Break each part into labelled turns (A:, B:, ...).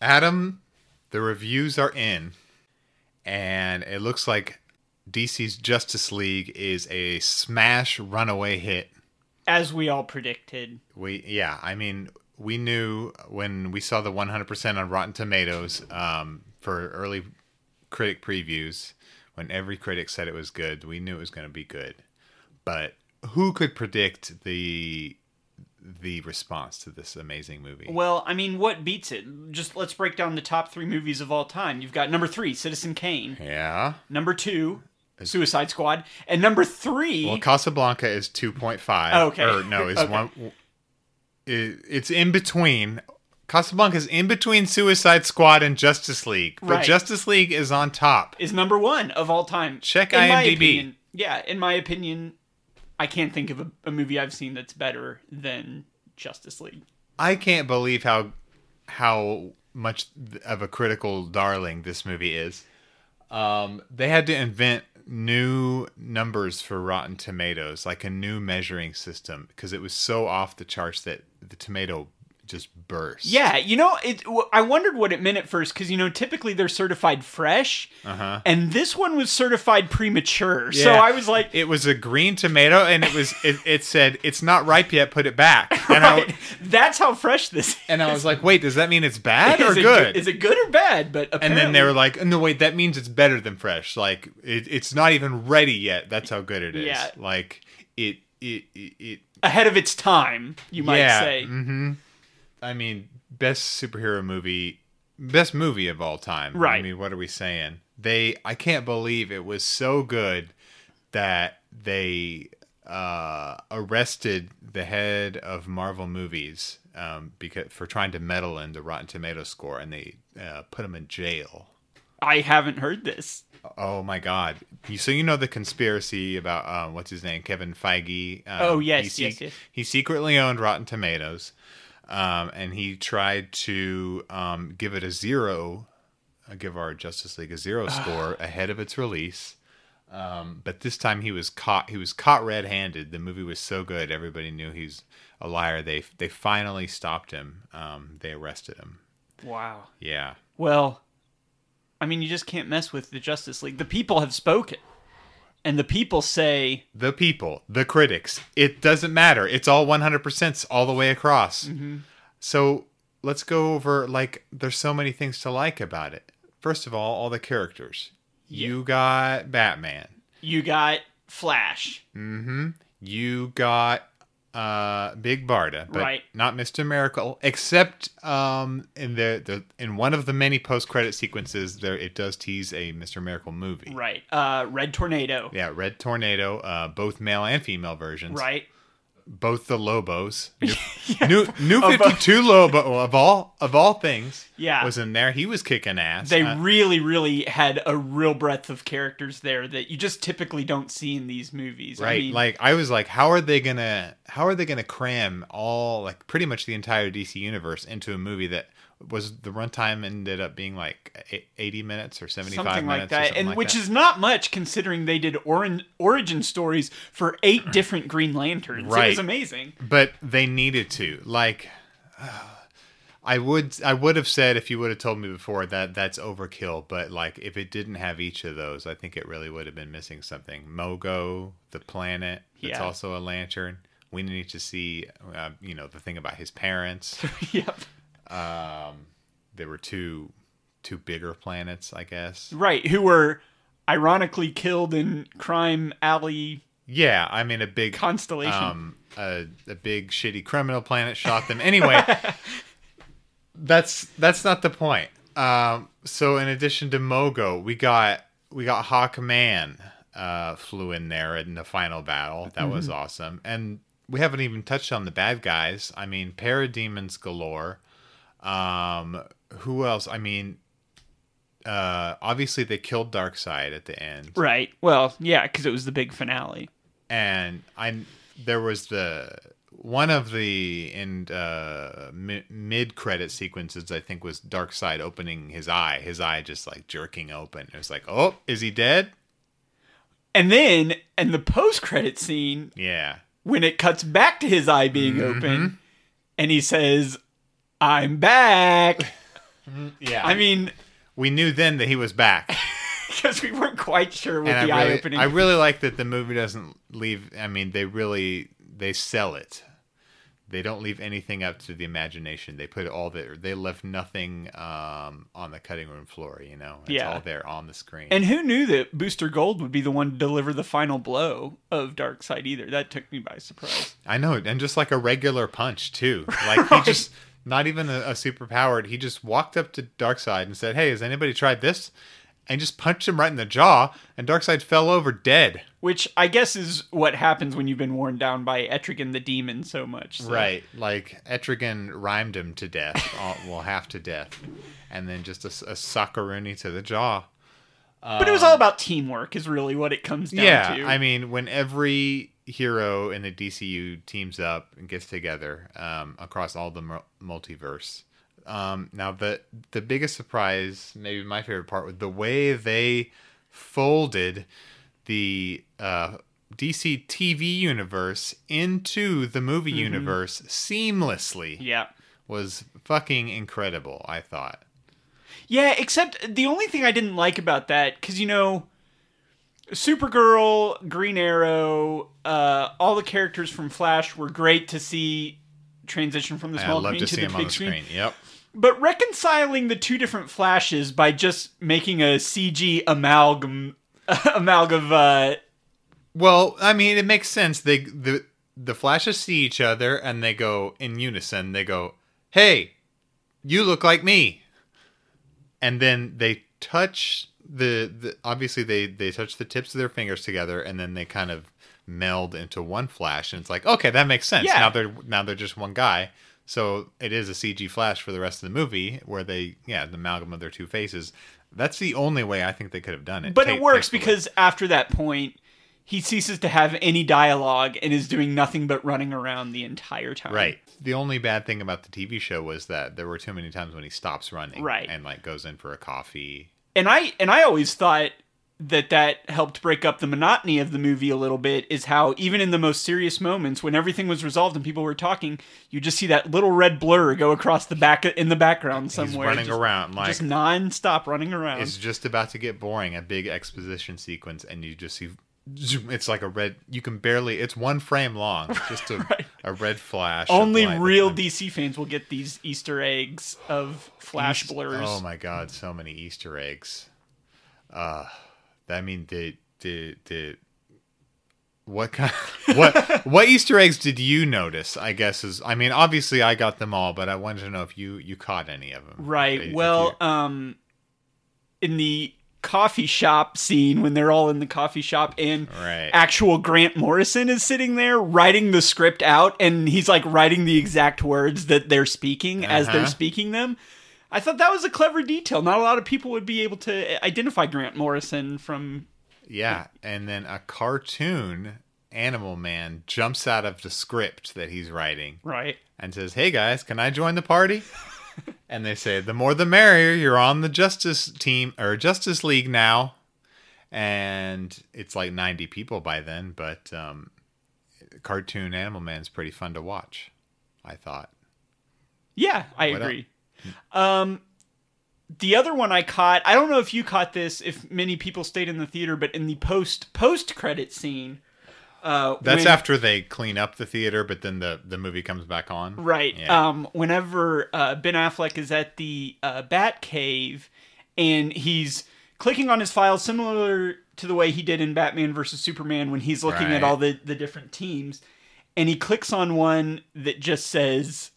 A: Adam, the reviews are in, and it looks like DC's Justice League is a smash runaway hit.
B: as we all predicted.
A: We yeah, I mean, we knew when we saw the 100% on Rotten Tomatoes um, for early critic previews when every critic said it was good, we knew it was going to be good. But who could predict the the response to this amazing movie?
B: Well, I mean, what beats it? Just let's break down the top three movies of all time. You've got number three, Citizen Kane.
A: yeah.
B: Number two, Suicide Squad, and number three.
A: Well, Casablanca is 2.5.
B: Oh, Okay.
A: Or no, it's
B: Okay.
A: one it, it's in between Casablanca is in between Suicide Squad and Justice League, but
B: Right.
A: Justice League is on top.
B: is number one of all time.
A: Check
B: in My
A: IMDb.
B: opinion, yeah, in my opinion, I can't think of a, a movie I've seen that's better than Justice League.
A: I can't believe how how much of a critical darling this movie is. Um, they had to invent new numbers for Rotten Tomatoes, like a new measuring system, because it was so off the charts that the tomato just burst.
B: Yeah, you know, it, w- I wondered what it meant at first because you know typically they're certified fresh, uh-huh. and this one was certified premature. So
A: Yeah.
B: I was like,
A: it was a green tomato, and it was it, it said it's not ripe yet. Put it back. And I
B: that's how fresh this is.
A: and I was like, wait, does that mean it's bad or
B: is, it
A: good?
B: is it good or bad? But
A: and
B: apparently,
A: then they were like, no, wait, that means it's better than fresh. Like it, it's not even ready yet. That's how good it is.
B: Yeah.
A: Like it it it. it
B: ahead of its time. You might
A: yeah.
B: say.
A: Mm-hmm. I mean, best superhero movie, best movie of all time. I
B: Right.
A: mean, what are we saying? They, I can't believe it was so good that they uh, arrested the head of Marvel movies um, because for trying to meddle in the Rotten Tomato score, and they uh, put him in jail.
B: I haven't heard this.
A: Oh my God! You, so you know the conspiracy about um, what's his name, Kevin Feige. Um,
B: Oh, yes,
A: he
B: yes, yes.
A: He secretly owned Rotten Tomatoes, um, and he tried to um, give it a zero, uh, give our Justice League a zero score ahead of its release. Um, but this time he was caught. He was caught red-handed. The movie was so good, everybody knew he's a liar. They they finally stopped him. Um, they arrested him.
B: Wow.
A: Yeah.
B: Well, I mean, you just can't mess with the Justice League. The people have spoken, and the people say,
A: the people, the critics. It doesn't matter. It's all 100% all the way across.
B: Mm-hmm.
A: So let's go over like there's so many things to like about it. First of all, all the characters. You got Batman. Mm-hmm.
B: "You got Flash,
A: You got uh Big Barda, but
B: Right.
A: not Mr. Miracle, except um in the, the in one of the many post-credit sequences there it does tease a Mr. Miracle movie.
B: right? Uh, Red Tornado,
A: Mm. Yeah, Red Tornado, uh, both male and female versions.
B: right?
A: both the Lobos. New, new, new 52 Lobo of all of all things
B: Yeah.
A: was in there. He was kicking ass.
B: They
A: Uh,
B: really, really had a real breadth of characters there that you just typically don't see in these movies. I
A: right.
B: mean,
A: like I was like how are they going to how are they going to cram all like pretty much the entire DC universe into a movie that was the runtime ended up being like e- 80 minutes or 75
B: something like
A: minutes or
B: that,
A: something
B: and
A: like
B: which
A: that.
B: is not much considering they did orin- origin stories for eight different Green Lanterns. It
A: Right.
B: was amazing.
A: but they needed to like I would I would have said if you would have told me before that that's overkill, but like if it didn't have each of those, I think it really would have been missing something. Mogo, the planet, that's
B: Yeah.
A: also a lantern. We need to see, uh, you know, the thing about his parents.
B: yep.
A: there were two two bigger planets, I guess.
B: Right. Who were ironically killed in Crime Alley
A: Yeah, I mean a big
B: Constellation.
A: um, a, a big shitty criminal planet shot them. Anyway, that's that's not the point. Um, so in addition to Mogo, we got we got Hawkman uh, flew in there in the final battle. That was awesome, and we haven't even touched on the bad guys. I mean, parademons galore. Um, who else? I mean, uh, obviously they killed Darkseid at the end
B: Right. Well, yeah, because it was the big finale.
A: and I there was the one of the in uh, mi- mid credit sequences I think was Darkseid opening his eye, his eye just like jerking open. It was like, oh, is he dead?
B: And then, and the post credit scene,
A: Yeah,
B: when it cuts back to
A: Mm-hmm.
B: his eye being open, and he says, I'm back.
A: didn't. Mm-hmm. Yeah.
B: I mean,
A: we knew then that he was back.
B: because we weren't quite sure with
A: and
B: the
A: I
B: eye
A: really,
B: opening.
A: I really like that the movie doesn't leave. I mean, they really they sell it. They don't leave anything up to the imagination. They put all there. They left nothing um, on the cutting room floor. You know, it's
B: Yeah.
A: all there on the screen.
B: and who knew that Booster Gold would be the one to deliver the final blow of Dark Side either? That took me by surprise.
A: I know, and just like a regular punch too. Like
B: Right.
A: he just not even a, a super powered. He just walked up to Darkseid and said, "Hey, has anybody tried this?" And just punched him right in the jaw, and Darkseid fell over dead.
B: Which I guess is what happens when you've been worn down by Etrigan the Demon so much. so-
A: Right, like Etrigan rhymed him to death, uh, well, half to death, and then just a, s- a socoruni to the jaw.
B: But it was all about teamwork, is really what it comes down
A: yeah,
B: to.
A: I mean, when every hero in the DCU teams up and gets together um, across all the mul- multiverse. Um, now, the the biggest surprise, maybe my favorite part, was the way they folded the uh, DC TV universe into the movie universe seamlessly.
B: Mm-hmm. yeah.
A: Was fucking incredible. I thought.
B: Yeah, except the only thing I didn't like about that, because you know, Supergirl, Green Arrow, uh, all the characters from Flash were great to see transition from the
A: I
B: small
A: love
B: screen
A: to see
B: the
A: him
B: big
A: on the
B: screen.
A: screen. Yep.
B: But reconciling the two different Flashes by just making a CG amalgam amalgam of uh,
A: Well, I mean, it makes sense. They the the flashes see each other and they go in unison. They go, "Hey, you look like me," and then they touch the, the obviously they they touch the tips of their fingers together and then they kind of meld into one flash and it's like okay that makes sense
B: Yeah.
A: now they're now they're just one guy so it is a cg flash for the rest of the movie where they yeah the amalgam of their two faces that's the only way i think they could have done it
B: But
A: Ta-
B: it works
A: tastefully.
B: because after that point, he ceases to have any dialogue and is doing nothing but running around the entire time.
A: Right. The only bad thing about the TV show was that there were too many times when he stops running,
B: Right.
A: and like goes in for a coffee.
B: And I and I always thought that that helped break up the monotony of the movie a little bit is how even in the most serious moments when everything was resolved and people were talking you just see that little red blur go across the back in the background somewhere
A: He's running
B: just,
A: around like
B: just non-stop running around
A: it's just about to get boring. A big exposition sequence, and you just see zoom. It's like a red. You can barely. It's one frame long. Just a, a red flash. of
B: only
A: light that
B: real
A: comes-
B: DC fans will get these easter eggs of flash blurs
A: Oh my god, so many Easter eggs. Uh, I mean the the the what kind what what Easter eggs did you notice? I guess is I mean obviously I got them all, but I wanted to know if you you caught any of them.
B: Right.
A: If you-
B: well, um in the coffee shop scene when they're all in the coffee shop and
A: Right.
B: actual Grant Morrison is sitting there writing the script out and he's like writing the exact words that they're speaking as they're
A: Uh-huh.
B: speaking them. I thought that was a clever detail. Not a lot of people would be able to identify Grant Morrison from
A: yeah, and then a cartoon animal man jumps out of the script that he's writing
B: right.
A: and says, "Hey guys, can I join the party?" and they say, "The more the merrier. You're on the Justice team or Justice League now." And it's like 90 people by then, but um, cartoon Animal Man's pretty fun to watch. I thought.
B: Yeah, I
A: What
B: agree. Um, the other one I caught, I don't know if you caught this, if many people stayed in the theater, but in the post post credit scene, uh,
A: That's
B: when-
A: after they clean up the theater, but then the, the movie comes back on.
B: right.
A: Yeah.
B: Um, whenever uh, Ben Affleck is at the uh, Bat Cave, and he's clicking on his file, similar to the way he did in Batman versus Superman when he's looking
A: Right.
B: at all the the different teams, and he clicks on one that just says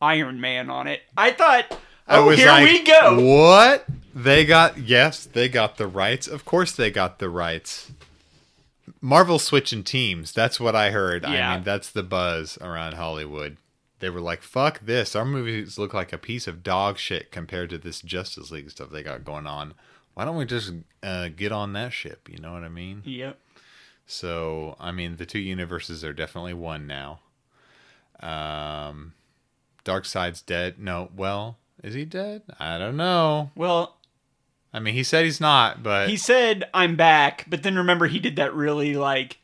B: Iron Man on it. I thought.
A: I
B: Oh,
A: was
B: here
A: like,
B: we go.
A: What? They got yes, they got the rights. Of course they got the rights. Marvel switching teams. That's what I heard.
B: Yeah.
A: I mean, that's the buzz around Hollywood. They were like, "Fuck this! Our movies look like a piece of dog shit compared to this Justice League stuff they got going on. Why don't we just uh, get on that ship?" You know what I mean?
B: Yep.
A: So, I mean, the two universes are definitely one now. Um, Darkseid's dead. No, well, is he dead? I don't know.
B: Well,
A: I mean, he said he's not, but
B: he said I'm back, but then remember he did that really like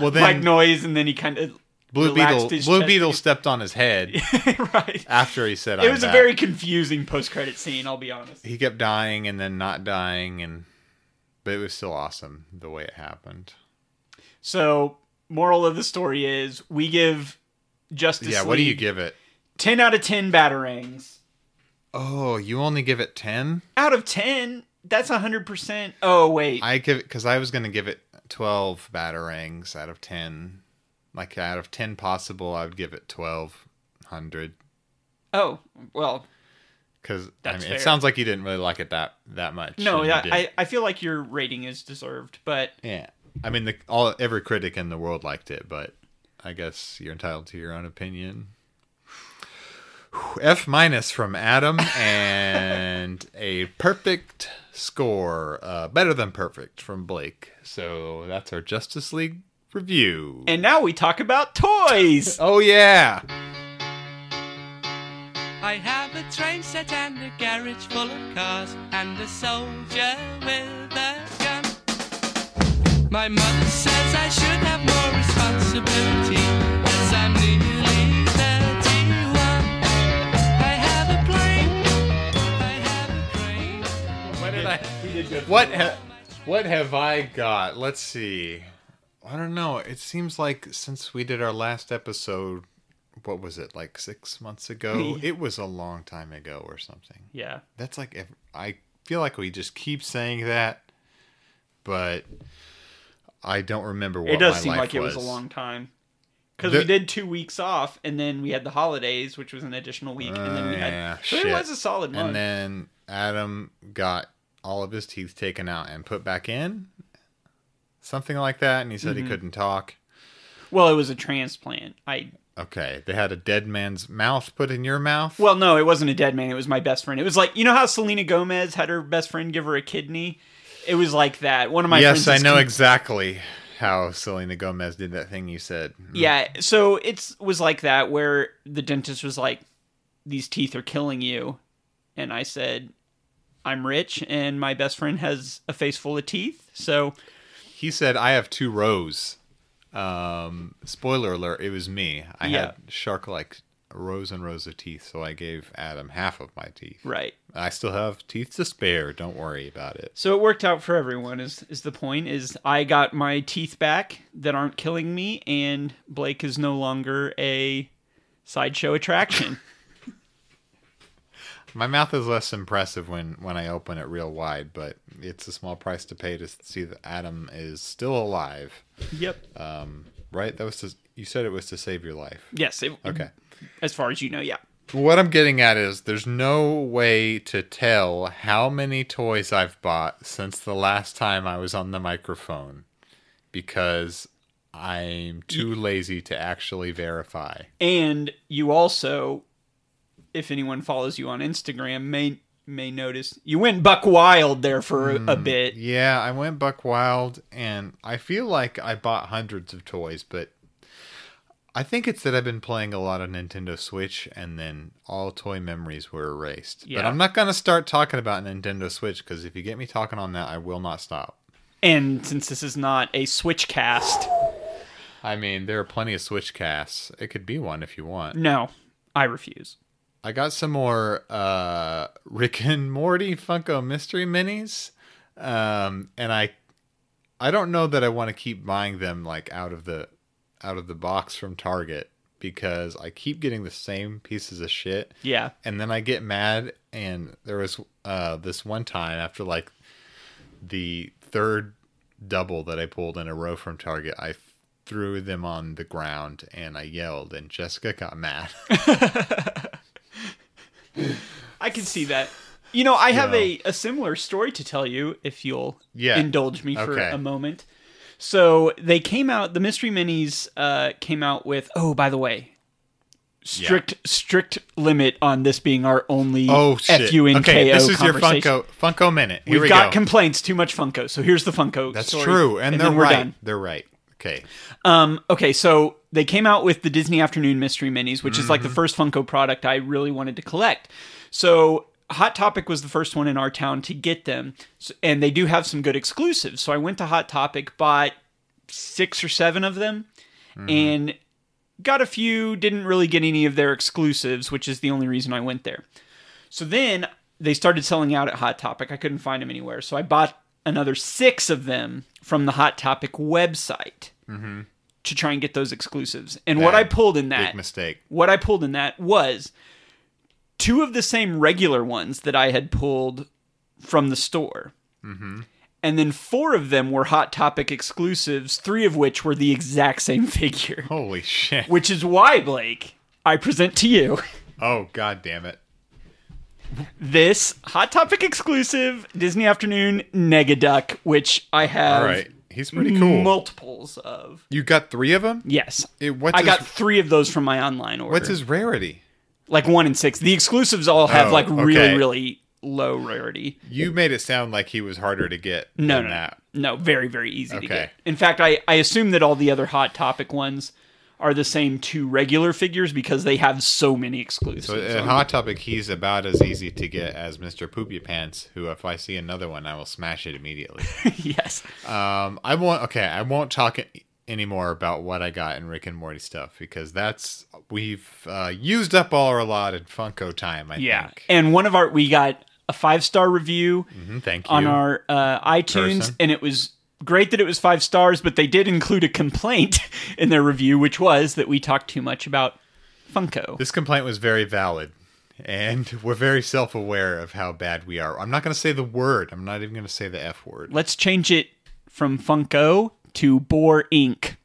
A: well then
B: like noise, and then he kind of
A: Blue
B: relaxed
A: Beetle.
B: his
A: Blue
B: chest.
A: Beetle stepped on his head
B: right.
A: after he said,
B: It
A: Ah, "I'm
B: was a
A: back."
B: very confusing post-credit scene. I'll be honest.
A: He kept dying and then not dying, and but it was still awesome the way it happened.
B: So, moral of the story is we give Justice
A: yeah. What do you
B: League
A: give it?
B: Ten out of ten batarangs.
A: Oh, you only give it ten.
B: Out of ten, that's hundred percent. Oh wait,
A: I give it because I was gonna give it twelve batarangs out of ten. Like out of ten possible, I would give it twelve hundred.
B: Oh, well,
A: Because I
B: That's
A: mean,
B: fair.
A: it sounds like you didn't really like it that that much.
B: no,
A: and you
B: yeah,
A: did.
B: I, I feel like your rating is deserved, but
A: yeah. I mean, the, all every critic in the world liked it, but I guess you're entitled to your own opinion. F minus from Adam and a perfect score, uh, better than perfect from Blake. So that's our Justice League review.
B: and now we talk about toys.
A: oh yeah.
C: I have a train set and a garage full of cars and a soldier with a gun. My mother says I should have more responsibility as I'm nearly 31. I have a plane, I have a crane.
A: What did I?
B: we did good.
A: What ha- what have I got? Let's see. I don't know. It seems like since we did our last episode, what was it like six months ago? it was a long time ago or something.
B: Yeah,
A: That's like ev- I feel like we just keep saying that, but I don't remember what
B: it does
A: my
B: seem
A: life
B: like it was a
A: was
B: long time because
A: The-
B: we did two weeks off, and then we had the holidays, which was an additional week, and then we had
A: Uh, Yeah,
B: so it
A: shit.
B: was a solid month.
A: And then Adam got all of his teeth taken out and put back in, something like that. And he said
B: Mm-hmm.
A: he couldn't talk.
B: well, it was a transplant. I
A: Okay, they had a dead man's mouth put in your mouth.
B: well, no, it wasn't a dead man. It was my best friend. It was like you know how Selena Gomez had her best friend give her a kidney. It was like that. One of my
A: yes,
B: friends
A: I
B: is
A: know
B: con-
A: exactly how Selena Gomez did that thing you said.
B: Yeah, so it's was like that where the dentist was like, "These teeth are killing you," and I said, "I'm rich, and my best friend has a face full of teeth." So
A: He said, "I have two rows." Um, spoiler alert: It was me. I
B: Yeah.
A: had shark-like rows and rows of teeth, so I gave Adam half of my teeth.
B: right,
A: I still have teeth to spare. Don't worry about it.
B: so it worked out for everyone. Is is the point? Is I got my teeth back that aren't killing me, and Blake is no longer a sideshow attraction.
A: My mouth is less impressive when when I open it real wide, but it's a small price to pay to see that Adam is still alive.
B: yep.
A: Um, right? That was to, you said it was to save your life.
B: Yes. It,
A: Okay.
B: As far as you know, yeah.
A: What I'm getting at is there's no way to tell how many toys I've bought since the last time I was on the microphone because I'm too lazy to actually verify.
B: And you also, if anyone follows you on Instagram, may may notice you went buck wild there for a, a bit.
A: Yeah, I went buck wild and I feel like I bought hundreds of toys, but I think it's that I've been playing a lot of Nintendo Switch and then all toy memories were erased. But
B: Yeah.
A: I'm not going to start talking about Nintendo Switch because if you get me talking on that, I will not stop.
B: And since this is not a switch cast,
A: I mean, there are plenty of Switch casts. It could be one if you want.
B: no, I refuse.
A: I got some more uh, Rick and Morty Funko Mystery Minis, um, and I, I don't know that I want to keep buying them like out of the, out of the box from Target because I keep getting the same pieces of shit
B: Yeah.
A: and then I get mad. And there was uh, this one time after like the third double that I pulled in a row from Target, I threw them on the ground and I yelled, and Jessica got mad.
B: I can see that. You know, I have a, a similar story to tell you if you'll
A: Yeah.
B: indulge me for
A: Okay.
B: a moment. So they came out. The mystery minis uh, came out with. Oh, by the way, strict strict limit on this being our only
A: oh shit!
B: FUNKO
A: okay, this is your
B: conversation.
A: Funko Funko minute. Here
B: We've
A: we
B: got
A: go.
B: complaints. Too much Funko. So here's the Funko.
A: That's
B: story,
A: true, and, they're
B: then we're
A: right.
B: done.
A: They're right. Okay,
B: Um, okay, so they came out with the Disney Afternoon Mystery Minis, which is like the first Funko product I really wanted to collect. So Hot Topic was the first one in our town to get them, so, and they do have some good exclusives. So I went to Hot Topic, bought six or seven of them, and got a few, didn't really get any of their exclusives, which is the only reason I went there. So then they started selling out at Hot Topic. I couldn't find them anywhere. So I bought another six of them from the Hot Topic website to try and get those exclusives. And what
A: Bad.
B: I pulled in that
A: Big mistake.
B: what I pulled in that was two of the same regular ones that I had pulled from the store.
A: Mm-hmm.
B: And then four of them were Hot Topic exclusives, three of which were the exact same figure,
A: Holy shit.
B: which is why, Blake, I present to you
A: Oh god damn it.
B: this Hot Topic exclusive Disney Afternoon Negaduck, which I have
A: All right. He's pretty cool.
B: multiples of.
A: you got 3 of them?
B: Yes.
A: It- what's
B: I got
A: his-
B: three of those from my online order.
A: What's his rarity?
B: like one in six. The exclusives all have
A: Oh,
B: like really,
A: okay.
B: really low rarity.
A: You made it sound like he was harder to get
B: No,
A: than
B: no,
A: that.
B: no, very, very easy to
A: Okay.
B: get. In fact, I, I assume that all the other hot topic ones are the same two regular figures because they have so many exclusives.
A: So uh, at
B: on
A: Hot Topic, he's about as easy to get as Mr. Poopy Pants, who if I see another one, I will smash it immediately.
B: them. yes,
A: Um, I won't. Okay, I won't talk a- anymore about what I got in Rick and Morty stuff because that's we've uh, used up all our allotted Funko time. I
B: yeah.
A: think.
B: And one of our we got a five star review
A: Mhm, thank you.
B: on our uh, iTunes,
A: Person.
B: and it was great that it was five stars, but they did include a complaint in their review, which was that we talked too much about Funko.
A: this complaint was very valid, and we're very self-aware of how bad we are. I'm not going to say the word. I'm not even going to say the f word.
B: Let's change it from Funko to Bore Inc.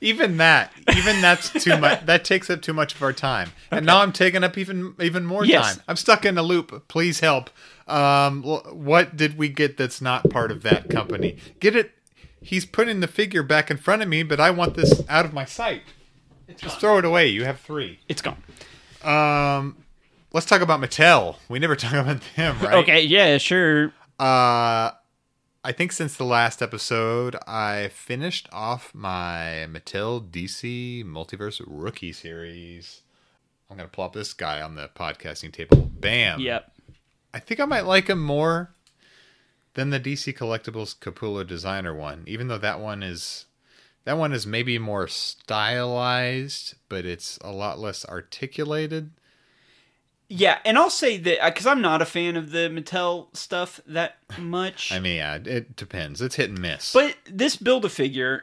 A: Even that, even that's too much. That takes up too much of our time, and now I'm taking up even even more
B: Yes.
A: time. I'm stuck in a loop. Please help. Um, wh- what did we get that's not part of that company? Get it? He's putting the figure back in front of me, but I want this out of my sight. Just throw it away. You have three.
B: It's gone.
A: Let's talk about Mattel. We never talk about them, right?
B: Okay, yeah, sure.
A: Uh, I think since the last episode, I finished off my Mattel DC Multiverse Rookie Series. I'm gonna plop this guy on the podcasting table. Bam.
B: Yep.
A: I think I might like him more than the DC Collectibles Capullo designer one, even though that one is that one is maybe more stylized, but it's a lot less articulated.
B: Yeah, and I'll say that because I'm not a fan of the Mattel stuff that much.
A: I mean, yeah, it depends. It's hit and miss.
B: but this build a figure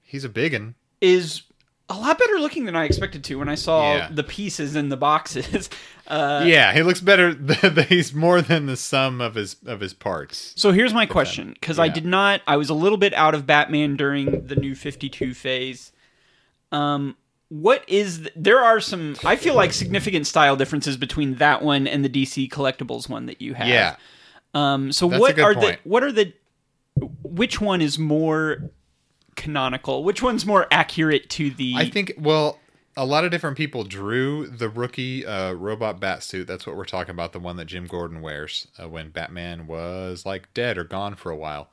A: he's a biggin.
B: is a lot better looking than I expected to when I saw
A: Yeah.
B: the pieces in the boxes. Uh,
A: yeah, he looks better. th- th- He's more than the sum of his of his parts.
B: So here's my question because I
A: Yeah.
B: did not, I was a little bit out of Batman during the new 52 phase. Um, what is th- there are some I feel like significant style differences between that one and the DC collectibles one that you have.
A: Yeah,
B: Um, so
A: That's a
B: what
A: good
B: are
A: point.
B: the what are the which one is more canonical? Which one's more accurate to the?
A: I think. Well, a lot of different people drew the rookie uh, robot bat suit. That's what we're talking about. The one that Jim Gordon wears uh, when Batman was like dead or gone for a while.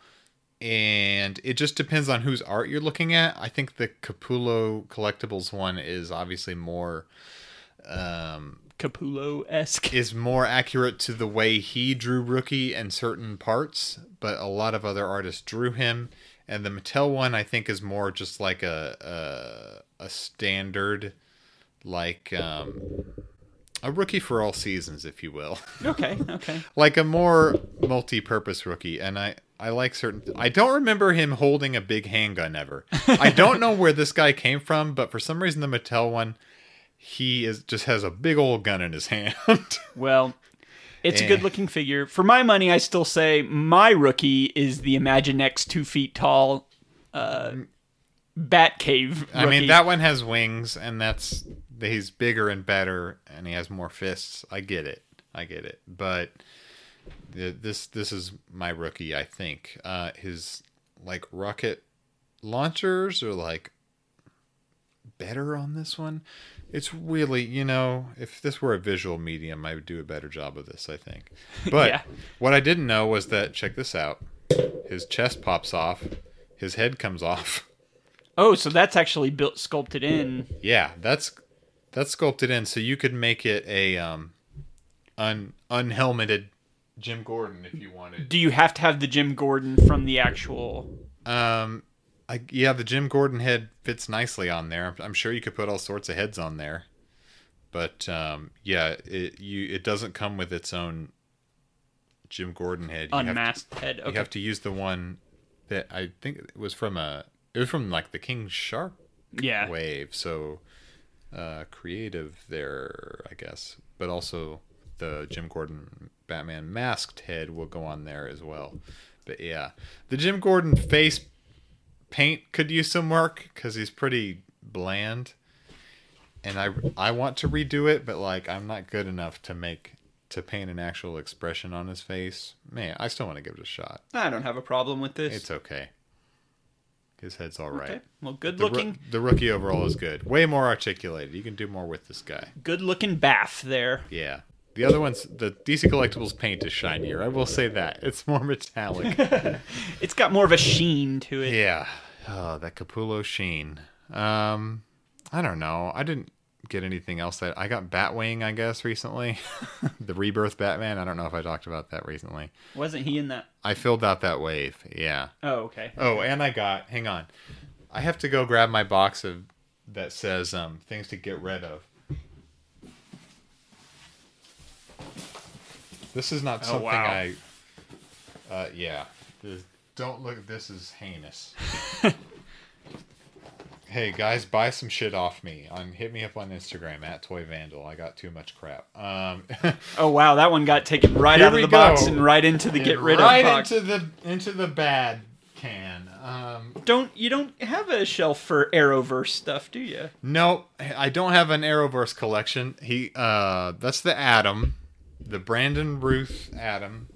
A: And it just depends on whose art you're looking at. I think the Capullo collectibles one is obviously more um,
B: Capullo esque.
A: is more accurate to the way he drew Rookie and certain parts, but a lot of other artists drew him. And the Mattel one, I think, is more just like a a, a standard, like um, a rookie for all seasons, if you will,
B: Okay, okay.
A: like a more multi-purpose rookie. And I I like certain. I don't remember him holding a big handgun ever. I don't know where this guy came from, but for some reason, the Mattel one. He is just has a big old gun in his hand.
B: Well, it's a
A: Eh.
B: good looking figure. For my money, I still say my rookie is the Imaginex two feet tall, uh, Batcave. Rookie.
A: I mean, that one has wings, and that's he's bigger and better, and he has more fists. I get it, I get it. But th- this this is my rookie, I think. Uh, his like rocket launchers are like better on this one. It's really, you know, if this were a visual medium, I would do a better job of this, I think. But
B: Yeah.
A: what I didn't know was that check this out. His chest pops off, his head comes off.
B: Oh, so that's actually built sculpted in.
A: Yeah, that's that's sculpted in, so you could make it a um un unhelmeted Jim Gordon if you wanted.
B: Do you have to have the Jim Gordon from the actual?
A: Um, I, yeah, the Jim Gordon head fits nicely on there. I'm, I'm sure you could put all sorts of heads on there, but um, yeah, it you it doesn't come with its own Jim Gordon head. You have to-
B: Unmasked head.
A: you
B: Okay.
A: have to use the one that I think it was from a it was from like the King Shark
B: yeah.
A: wave. So uh creative there, I guess. But also the Jim Gordon Batman masked head will go on there as well. But yeah, the Jim Gordon face paint could use some work cuz he's pretty bland. And I I want to redo it, but like I'm not good enough to make to paint an actual expression on his face. Man, I still want to give it a shot.
B: I don't have a problem with this.
A: It's okay. His head's all right.
B: okay. Well, good
A: The roo-
B: looking,
A: the rookie overall is good. Way more articulated. You can do more with this guy.
B: good looking bath there.
A: Yeah. The other ones, the DC Collectibles paint is shinier. I will say that. It's more metallic.
B: It's got more of a sheen to it.
A: yeah. Oh, that Capullo sheen. Um, I don't know. I didn't get anything else that I got Batwing, I guess, recently. the Rebirth Batman. I don't know if I talked about that recently.
B: Wasn't he in that?
A: I filled out that wave. Yeah.
B: Oh, okay.
A: Oh, and I got. Hang on, I have to go grab my box of that says um, things to get rid of. This is not something
B: Oh, wow.
A: I. Uh, yeah, This- don't look. This is heinous. hey guys, buy some shit off me. On hit me up on Instagram at Toy Vandal. I got too much crap. Um,
B: Oh wow, that one got taken right
A: Here
B: out of
A: we
B: the box
A: go.
B: and right into the get rid
A: right
B: of box.
A: into the into the bad can. Um,
B: Don't you don't have a shelf for Arrowverse stuff, do you?
A: No, I don't have an Arrowverse collection. He uh that's the Adam, the Brandon Ruth Adam.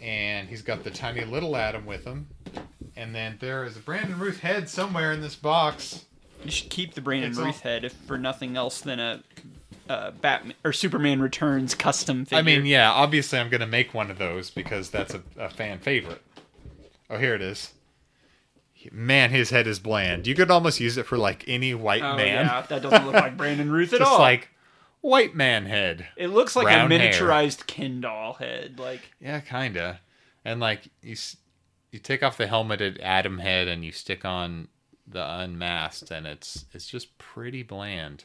A: And he's got the tiny little Adam with him. And then there is a Brandon Ruth head somewhere in this box.
B: You should keep the Brandon
A: It's all-
B: Ruth head if for nothing else than a uh, Batman or Superman Returns custom figure.
A: I mean, yeah, obviously I'm gonna make one of those because that's a, a fan favorite. Oh, here it is. Man, his head is bland. You could almost use it for like any white
B: oh,
A: man.
B: yeah, that doesn't look like Brandon Ruth at
A: Just
B: all.
A: like white man head.
B: it looks like a
A: brown hair.
B: miniaturized Ken doll head. Like
A: Yeah, kinda. And like you, s- you take off the helmeted Adam head and you stick on the unmasked, and it's it's just pretty bland.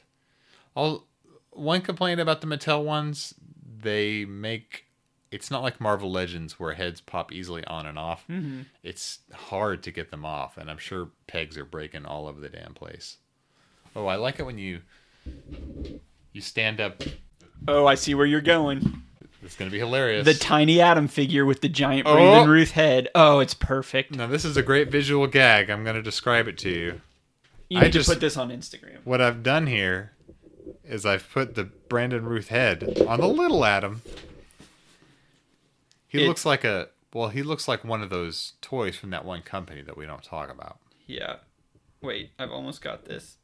A: All one complaint about the Mattel ones, they make it's not like Marvel Legends where heads pop easily on and off. It's hard to get them off, and I'm sure pegs are breaking all over the damn place. Oh, I like it when you you stand up.
B: Oh, I see where you're going.
A: It's gonna be hilarious.
B: The tiny Adam figure with the giant Brandon
A: Oh.
B: Ruth head. Oh, it's perfect.
A: Now this is a great visual gag. I'm going to describe it to you.
B: You
A: I
B: need
A: just-
B: to put this on Instagram.
A: What I've done here is I've put the Brandon Ruth head on the little Adam. He
B: It-
A: looks like a well, he looks like one of those toys from that one company that we don't talk about.
B: Yeah. Wait, I've almost got this.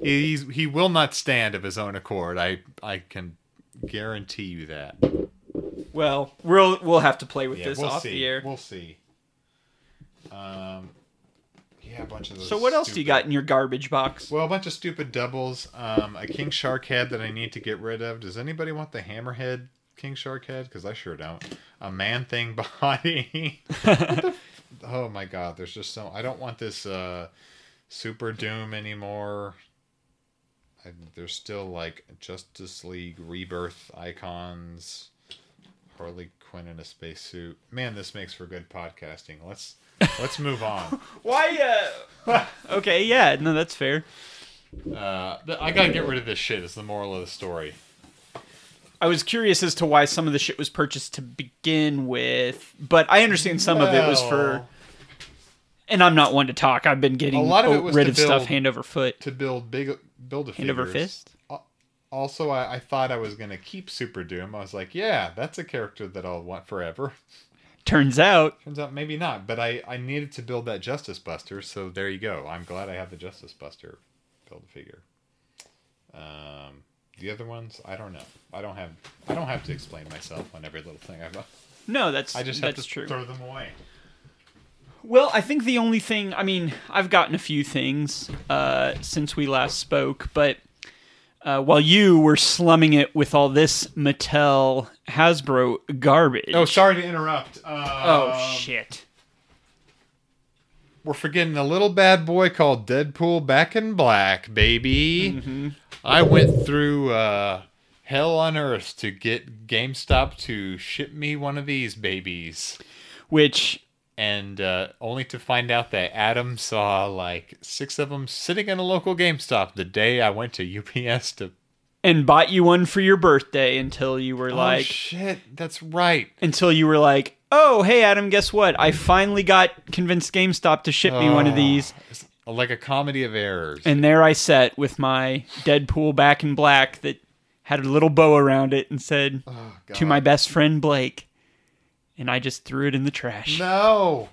A: He's he will not stand of his own accord. I I can guarantee you that.
B: Well, we'll we'll have to play with
A: Yeah,
B: this
A: we'll
B: off
A: see.
B: the air.
A: We'll see. Um yeah, a bunch of those
B: so what else do you
A: stupid-
B: got in your garbage box?
A: Well, a bunch of stupid doubles. Um, a king shark head that I need to get rid of. Does anybody want the hammerhead king shark head? Because I sure don't. A man thing body. What the f- oh my god, there's just so I don't want this uh, super doom anymore. I, there's still like Justice League Rebirth icons. Harley Quinn in a spacesuit. Man, this makes for good podcasting. Let's let's move on.
B: Why uh Okay, yeah, no that's fair.
A: Uh, th- I gotta get rid of this shit. Is the moral of the story.
B: I was curious as to why some of the shit was purchased to begin with, but I understand some of it was for
A: Well,
B: and I'm not one to talk. I've been getting
A: A lot of it
B: o-
A: was
B: rid
A: to
B: of stuff
A: build-
B: hand over foot.
A: to build big build a
B: Hand over fist?
A: Also, I, I thought I was gonna keep Super Doom. I was like, yeah, that's a character that I'll want forever.
B: Turns out
A: Turns out maybe not, but I I needed to build that Justice Buster, so there you go. I'm glad I have the Justice Buster build a figure. Um, the other ones, I don't know. I don't have I don't have to explain myself on every little thing. I
B: no, that's
A: I just have
B: that's
A: to
B: true.
A: throw them away.
B: Well, I think the only thing, I mean, I've gotten a few things uh, since we last spoke, but uh, while you were slumming it with all this Mattel Hasbro garbage.
A: Uh, Oh, sorry to interrupt. Um,
B: Oh, shit.
A: we're forgetting a little bad boy called Deadpool Back in Black, baby.
B: Mm-hmm.
A: I went through uh, hell on earth to get GameStop to ship me one of these babies,
B: Which
A: and uh, only to find out that Adam saw like six of them sitting in a local GameStop the day I went to UPS to.
B: and bought you one for your birthday until you were
A: oh
B: like
A: shit, that's right.
B: until you were like, "Oh, hey Adam, guess what? I finally got convinced GameStop to ship me
A: Oh.
B: one of these."
A: It's like a comedy of errors.
B: And there I sat with my Deadpool back in black that had a little bow around it and said
A: Uh. Oh,
B: to my best friend Blake, and I just threw it in the trash.
A: no,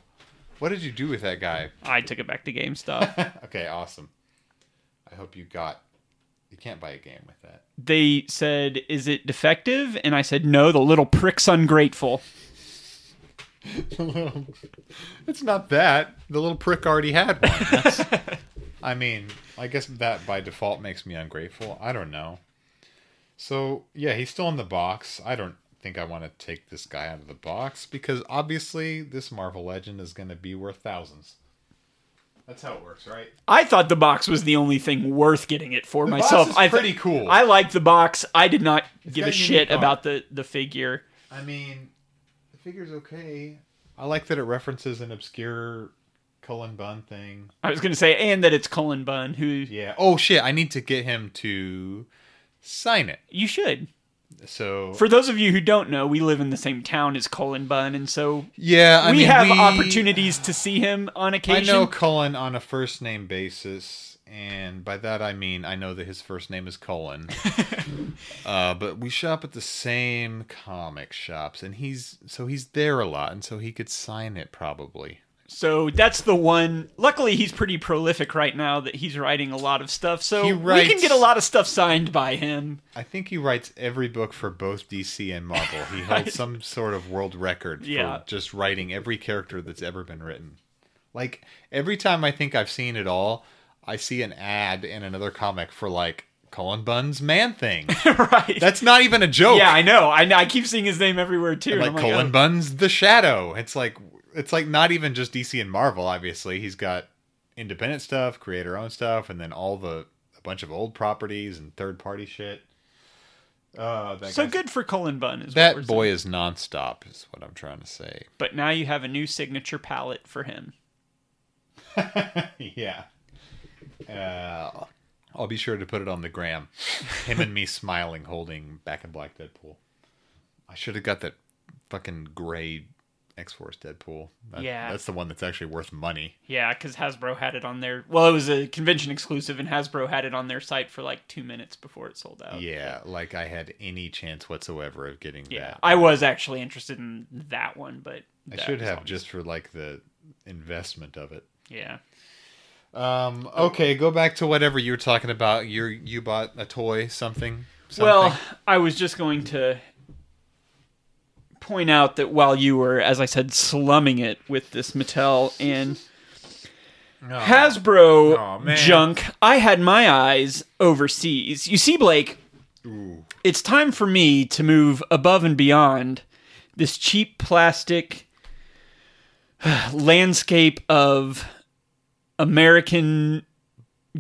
A: what did you do with that guy?
B: I took it back to GameStop.
A: Okay, awesome. I hope you got. You can't buy a game with that.
B: they said, "Is it defective?" And I said, "No, the little prick's ungrateful."
A: it's not that. The little prick already had one. That's- I mean, I guess that by default makes me ungrateful. I don't know. So, yeah, he's still in the box. I don't think I want to take this guy out of the box because obviously this Marvel Legend is going to be worth thousands. That's how it works, right?
B: I thought the box was the only thing worth getting it for
A: The box
B: myself.
A: is
B: I thi-
A: pretty cool.
B: I like the box. I did not give
A: got
B: a
A: a unique
B: shit
A: art.
B: about the the figure.
A: I mean, the figure's okay. I like that it references an obscure Cullen Bunn thing.
B: I was gonna say, and that it's Cullen Bunn, who
A: Yeah. Oh shit! I need to get him to sign it.
B: you should.
A: So
B: For those of you who don't know, we live in the same town as Cullen Bunn, and so
A: yeah, I
B: we
A: mean,
B: have opportunities to see him on
A: I
B: occasion.
A: know Cullen on a first name basis, and by that I mean I know that his first name is Cullen. uh, but we shop at the same comic shops, and he's so he's there a lot, and so he could sign it probably.
B: So that's the one. Luckily, he's pretty prolific right now that he's writing a lot of stuff. So
A: He
B: we can
A: writes-
B: get a lot of stuff signed by him.
A: I think he writes every book for both DC and Marvel. He held some sort of world record
B: Yeah.
A: for just writing every character that's ever been written. Like every time I think I've seen it all, I see an ad in another comic for like Colin Bunn's Man Thing.
B: right.
A: That's not even a joke.
B: yeah, I know. I, I keep seeing his name everywhere too.
A: And,
B: and
A: like
B: I'm
A: Colin
B: oh.
A: Bunn's The Shadow. It's like it's like not even just DC and Marvel. Obviously, he's got independent stuff, creator owned stuff, and then all the a bunch of old properties and third party shit. Uh, that
B: So
A: guy's-
B: good for Cullen Bunn. Is what we're
A: That
B: saying.
A: boy is nonstop, is what I'm trying to say.
B: But now you have a new signature palette for him.
A: yeah. Uh, I'll be sure to put it on the gram. Him and me smiling, holding back in black Deadpool. I should have got that fucking gray X Force Deadpool. That-
B: Yeah.
A: That's the one that's actually worth money.
B: Yeah, because Hasbro had it on their. Well, it was a convention exclusive, and Hasbro had it on their site for like two minutes before it sold out.
A: Yeah, like I had any chance whatsoever of getting
B: Yeah,
A: that.
B: I was actually interested in that one, but
A: I
B: that
A: should
B: was
A: have
B: all-
A: just for like the investment of it.
B: Yeah,
A: Um, okay, go back to whatever you were talking about. You you bought a toy, something. something.
B: Well, I was just going to point out that while you were, as I said, slumming it with this Mattel and
A: Aw,
B: Hasbro
A: man.
B: junk, I had my eyes overseas. You see, Blake, it's time for me to move above and beyond this cheap plastic landscape of American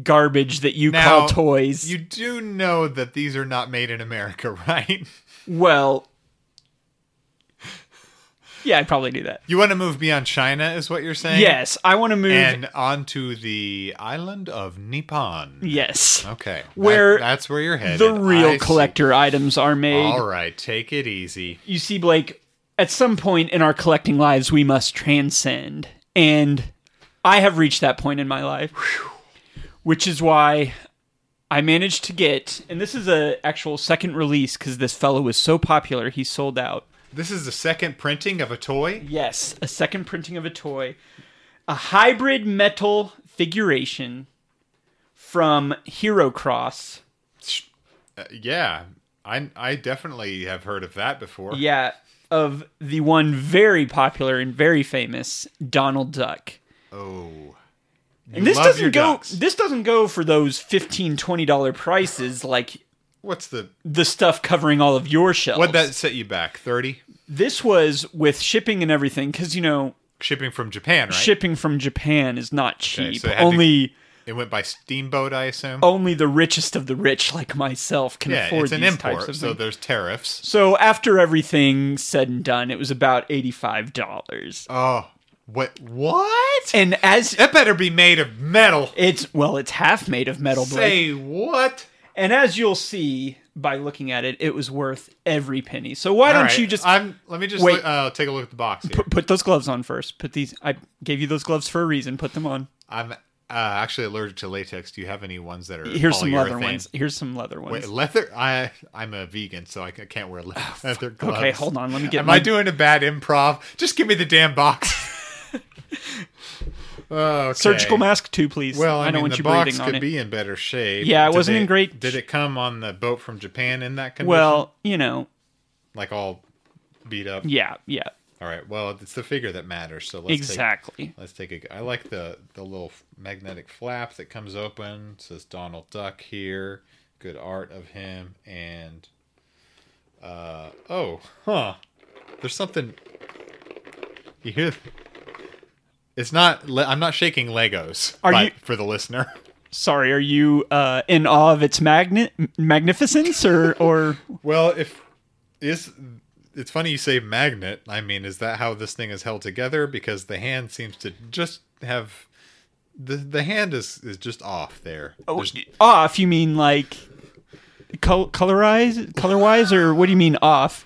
B: garbage that you
A: Now,
B: call toys.
A: You do know that these are not made in America, right?
B: Well, yeah, I'd probably do that.
A: You want to move beyond China, is what you're saying?
B: Yes, I want to move.
A: And onto the island of Nippon.
B: yes,
A: Okay. that-
B: Where
A: that's where you're headed.
B: the real
A: Oh, I see.
B: collector items are made.
A: All right, take it easy.
B: You see, Blake, at some point in our collecting lives, we must transcend, and I have reached that point in my life, which is why. I managed to get, and this is a actual second release because this fellow was so popular, he sold out.
A: This is the second printing of a toy.
B: Yes, a second printing of a toy. A hybrid metal figuration from Hero Cross.
A: Uh, yeah, I I definitely have heard of that before.
B: Yeah, of the one very popular and very famous Donald Duck.
A: Oh.
B: And this
A: love your
B: doesn't go
A: ducks.
B: this doesn't go for those 15 20 dollar prices like
A: What's the
B: the stuff covering all of your shelves.
A: what that set you back? Thirty.
B: This was with shipping and everything cuz you know
A: shipping from Japan, right?
B: Shipping from Japan is not cheap.
A: so it had to-
B: only
A: it went by steamboat, I assume.
B: only the richest of the rich, like myself, can
A: yeah,
B: afford
A: it's an
B: these types
A: import,
B: of
A: so
B: things.
A: there's tariffs.
B: So after everything said and done, it was about eighty-five dollars.
A: Oh, what? What?
B: and as
A: That better be made of metal.
B: it's well, it's half made of metal, Blake.
A: Say what?
B: And as you'll see by looking at it, it was worth every penny. So why don't
A: All right,
B: you just
A: I'm. Let me just
B: Wait.
A: look- uh, take a look at the box. Here.
B: put, put those gloves on first? Put these. I gave you those gloves for a reason. Put them on.
A: I'm uh, actually allergic to latex. Do you have any ones that are
B: Here's some leather
A: polyurethane?
B: ones. Here's some leather ones.
A: Wait, leather? I I'm a vegan, so I ca- can't wear leather, leather gloves.
B: Oh, okay, hold on. Let me get.
A: Am
B: my,
A: I doing a bad improv? Just give me the damn box. okay.
B: surgical mask too, please?
A: Well, I,
B: don't
A: mean,
B: want
A: the
B: you
A: box
B: breathing
A: could
B: on it.
A: be in better shape.
B: Yeah, it
A: Did
B: wasn't in
A: they-
B: great-
A: Did it come on the boat from Japan in that condition?
B: well, you know,
A: like all beat up.
B: yeah, yeah,
A: All right. Well, it's the figure that matters. So let's take
B: exactly.
A: Let's take a. g- I like the the little f- magnetic flap that comes open. It says Donald Duck here. Good art of him. And uh oh, huh. There's something. You hear? It's not. le- I'm not shaking Legos.
B: Are
A: but-
B: you-
A: for the listener?
B: Sorry, are you uh, in awe of its magni- magnificence, or or
A: Well, if is. It's funny you say magnet. I mean, is that how this thing is held together? Because the hand seems to just have the the hand is is just off there.
B: oh,
A: There's-
B: off? You mean like col- colorize, color wise, or what do you mean off?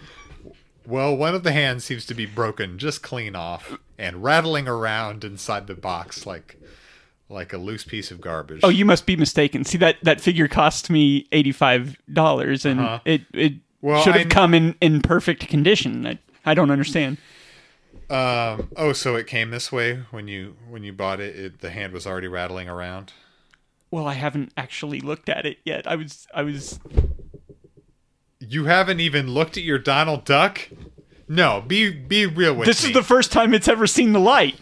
A: Well, one of the hands seems to be broken just clean off and rattling around inside the box like like a loose piece of garbage.
B: Oh, you must be mistaken. See that that figure cost me eighty five dollars, and
A: Uh-huh.
B: it it
A: Well,
B: should have
A: I-
B: come in in perfect condition. I, I don't understand.
A: um, oh, so it came this way when you when you bought it, it the hand was already rattling around.
B: Well, I haven't actually looked at it yet. I was I was
A: You haven't even looked at your Donald Duck? No, be be real with
B: This
A: me.
B: is the first time it's ever seen the light.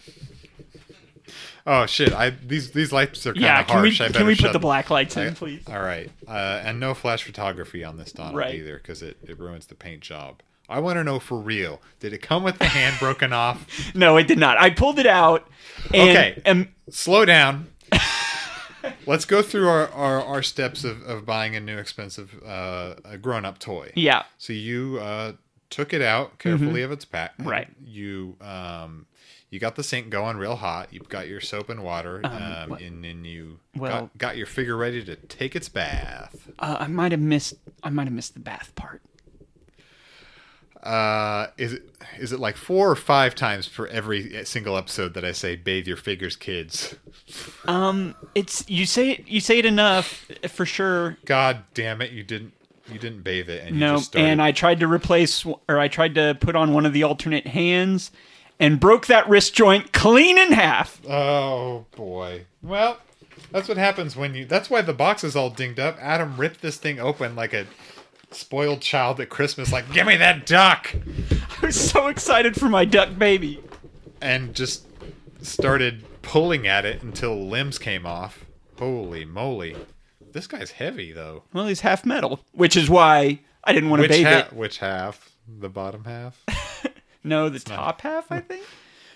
A: Oh shit, I these these lights are kind of
B: yeah, can we
A: harsh. I
B: can
A: better
B: we put
A: shut
B: the black lights in,
A: I-
B: please?
A: All right, uh, and no flash photography on this Donald
B: Right.
A: either, because it, it ruins the paint job. I want to know for real: did it come with the hand broken off?
B: No, it did not. I pulled it out. And, um,
A: Okay.
B: And
A: Slow down. Let's go through our, our, our steps of, of buying a new expensive uh, a grown up toy.
B: yeah,
A: So you uh, took it out carefully of its pack.
B: Mm-hmm. Right.
A: You um, you got the sink going real hot. You've got your soap and water, um, and then you
B: well-
A: got, got your figure ready to take its bath.
B: uh, I might have missed. I might have missed the bath part.
A: Uh, is it is it like four or five times for every eh, single episode that I say bathe your figures, kids?
B: Um, it's you say it. You say it enough eh, for sure.
A: God damn it! You didn't you didn't bathe it, and you
B: No,
A: just started
B: and I tried to replace, or I tried to put on one of the alternate hands, and broke that wrist joint clean in half.
A: Oh boy. Well, that's what happens when you. That's why the box is all dinged up. Adam ripped this thing open like a spoiled child at Christmas, like "Give me that duck,"
B: I was so excited for my duck baby.
A: and just started pulling at it until limbs came off. Holy moly! This guy's heavy though.
B: Well, he's half metal, which is why I didn't want to
A: Which
B: bathe
A: half?
B: it.
A: Which half? The bottom half?
B: No, the top half, I think.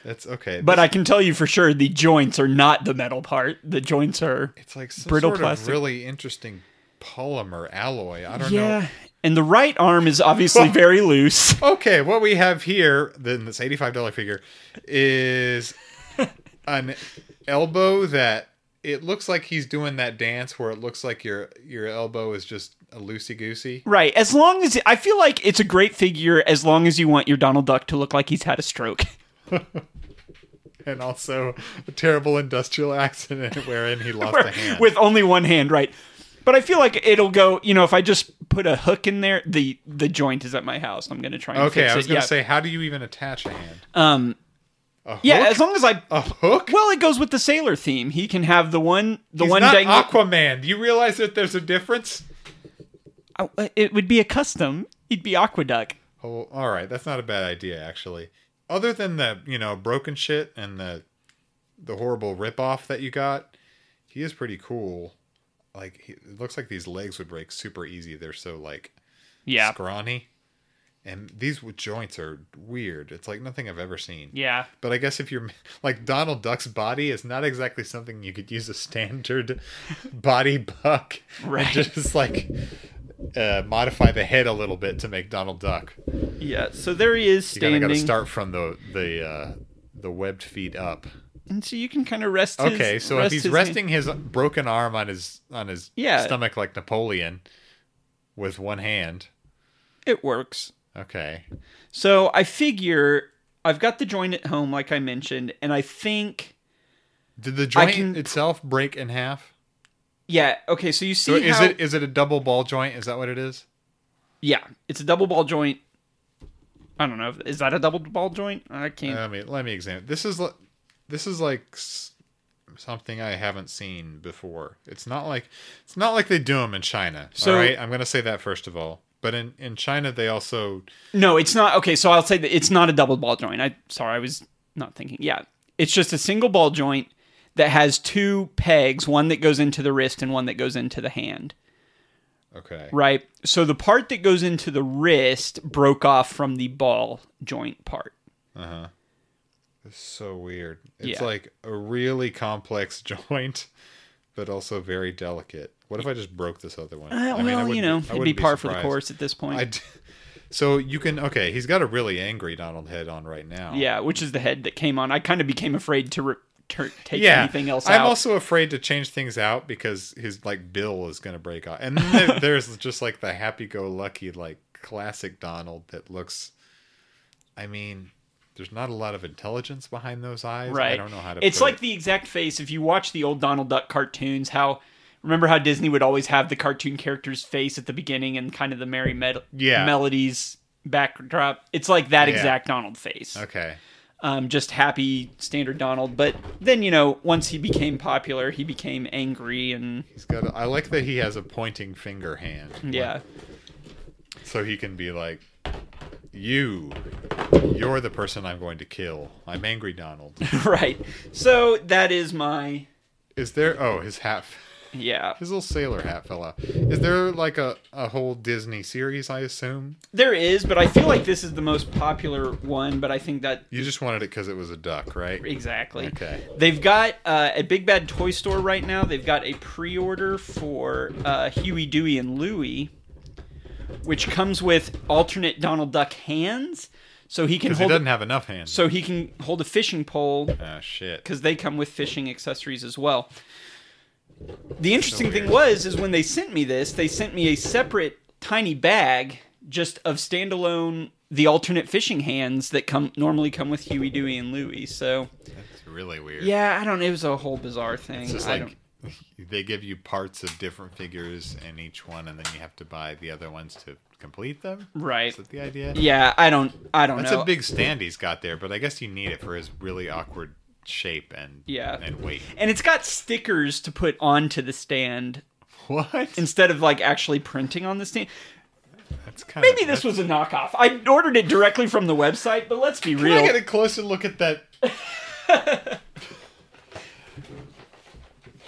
A: That's okay.
B: But I can tell you for sure the joints are not the metal part. The joints are
A: it's like some
B: brittle
A: sort
B: plastic.
A: of really interesting polymer alloy. I don't know.
B: yeah. And the right arm is obviously very loose.
A: Okay, what we have here, then this eighty-five dollar figure, is an elbow that it looks like he's doing that dance where it looks like your your elbow is just a loosey goosey.
B: Right. As long as I feel like it's a great figure as long as you want your Donald Duck to look like he's had a stroke.
A: And also a terrible industrial accident wherein he lost a hand.
B: With only one hand, right. But I feel like it'll go, you know, if I just put a hook in there, the the joint is at my house. I'm going to try and
A: okay,
B: fix
A: I was
B: it.
A: gonna
B: yeah.
A: say, how do you even attach a hand?
B: um
A: A hook? Uh,
B: yeah, as long as I
A: a hook.
B: Well, it goes with the sailor theme. He can have the one the
A: He's
B: one
A: not
B: dangling-
A: Aquaman. Do you realize that there's a difference?
B: I- uh, it would be a custom. He'd be Aqueduct.
A: Oh, all right, that's not a bad idea actually. Other than the you know broken shit and the the horrible ripoff that you got, he is pretty cool. Like he, it looks like these legs would break super easy. They're so like
B: Yeah.
A: scrawny. and these joints are weird. It's like nothing I've ever seen.
B: Yeah.
A: But I guess if you're like Donald Duck's body is not exactly something you could use a standard body buck
B: Right.
A: and just like uh, modify the head a little bit to make Donald Duck.
B: Yeah. So there he is
A: You kind of
B: standing.
A: got to start from the the uh, the webbed feet up.
B: And so you can kind of rest. his-
A: Okay, so if
B: rest
A: he's
B: his hand-
A: resting his broken arm on his on his
B: Yeah.
A: stomach like Napoleon with one hand.
B: it works.
A: Okay.
B: So I figure I've got the joint at home, like I mentioned, and I think
A: Did the
B: I
A: joint
B: can-
A: itself break in half?
B: yeah. Okay, so you see
A: So is
B: how
A: it is it a double ball joint? Is that what it is?
B: yeah, it's a double ball joint. I don't know. if- Is that a double ball joint? I can't.
A: Let me let me examine. This is li- this is like s- something I haven't seen before. It's not like it's not like they do them in China.
B: So-
A: all right, I'm gonna say that first of all. But in in China they also
B: No, it's not. Okay, so I'll say that it's not a double ball joint. I sorry, I was not thinking. Yeah, it's just a single ball joint that has two pegs, one that goes into the wrist and one that goes into the hand.
A: okay
B: Right. So the part that goes into the wrist broke off from the ball joint part.
A: It's so weird. It's
B: Yeah.
A: like a really complex joint, but also very delicate. What if I just broke this other one?
B: Uh, well,
A: I mean, I
B: you
A: wouldn't
B: know,
A: I
B: it'd be
A: wouldn't
B: par for the
A: surprised.
B: course at this point.
A: I d- so you can okay. He's got a really angry Donald head on right now.
B: Yeah, which is the head that came on. I kind of became afraid to re- tur take
A: yeah.
B: anything else
A: I'm
B: out.
A: also afraid to change things out because his like bill is gonna break off, and then there- there's just like the happy-go-lucky like classic Donald that looks. I mean, there's not a lot of intelligence behind those eyes.
B: right.
A: I don't know how to.
B: It's
A: put
B: like
A: it.
B: the exact face. If you watch the old Donald Duck cartoons, how remember how Disney would always have the cartoon character's face at the beginning and kind of the merry med-
A: Yeah.
B: melodies backdrop. It's like that
A: Yeah.
B: exact Donald face.
A: okay.
B: um, just happy standard Donald. But then you know, once he became popular, he became angry and
A: He's got. A, I like that he has a pointing finger hand,
B: yeah,
A: so he can be like, "You, you're the person I'm going to kill. I'm angry, Donald."
B: right. So that is my
A: Is there? Oh, his hat.
B: yeah.
A: His little sailor hat fell off. Is there like a, a whole Disney series? I assume
B: There is, but I feel like this is the most popular one. But I think that
A: you just wanted it because it was a duck, right?
B: exactly.
A: Okay.
B: They've got uh, a Big Bad Toy Store right now. They've got a pre-order for uh, Huey, Dewey, and Louie, which comes with alternate Donald Duck hands, so he can
A: Because he
B: hold.
A: doesn't have enough hands.
B: so he can hold a fishing pole
A: ah shit.
B: because they come with fishing accessories as well. The interesting
A: So
B: thing
A: weird.
B: was is when they sent me this, they sent me a separate tiny bag just of standalone the alternate fishing hands that come normally come with Huey, Dewey, and Louie. So
A: That's really weird.
B: yeah, I don't. It was a whole bizarre thing.
A: It's just
B: I
A: like they give you parts of different figures in each one, and then you have to buy the other ones to complete them.
B: don't, right?
A: Is that the idea?
B: Yeah, I don't. I don't
A: That's
B: know.
A: a big stand he's got there, but I guess you need it for his really awkward shape and
B: Yeah.
A: and weight.
B: and it's got stickers to put onto the stand
A: What?
B: instead of like actually printing on the stand.
A: That's kind
B: Maybe this was a knockoff. I ordered it directly from the website, but let's be real.
A: I get a closer look at that.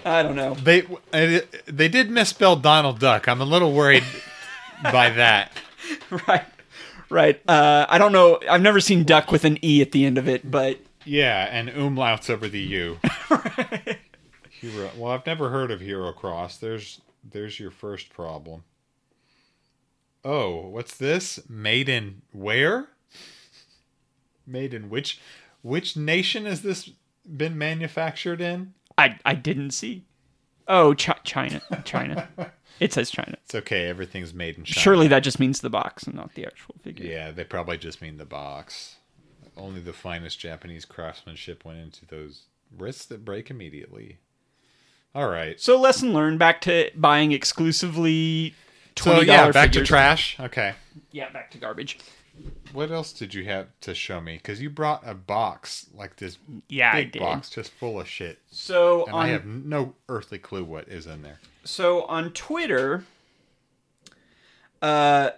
B: I don't know.
A: They I- they did misspell Donald Duck. I'm a little worried by that.
B: right right uh, i don't know i've never seen duck with an e at the end of it but
A: Yeah, and umlauts over the U. Hero. Well, I've never heard of Hero Cross. There's there's your first problem. Oh, what's this? Made in where? Made in which which nation has this been manufactured in?
B: i i didn't see oh chi- china china it says china
A: It's okay, everything's made in China.
B: surely that just means the box and not the actual figure
A: Yeah, they probably just mean the box. Only the finest Japanese craftsmanship went into those wrists that break immediately. All right.
B: so lesson learned back to buying exclusively $20
A: So yeah, back
B: figures.
A: to trash. Okay.
B: yeah back to garbage
A: What else did you have to show me? Because you brought a box like this
B: yeah i
A: big
B: did
A: box just full of shit,
B: so
A: and
B: on
A: I have no earthly clue what is in there.
B: So on Twitter, uh,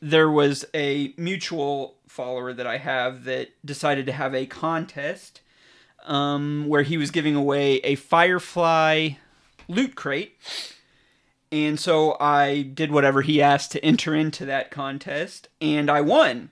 B: there was a mutual follower that I have that decided to have a contest um, where he was giving away a Firefly loot crate. And so I did whatever he asked to enter into that contest, and I won.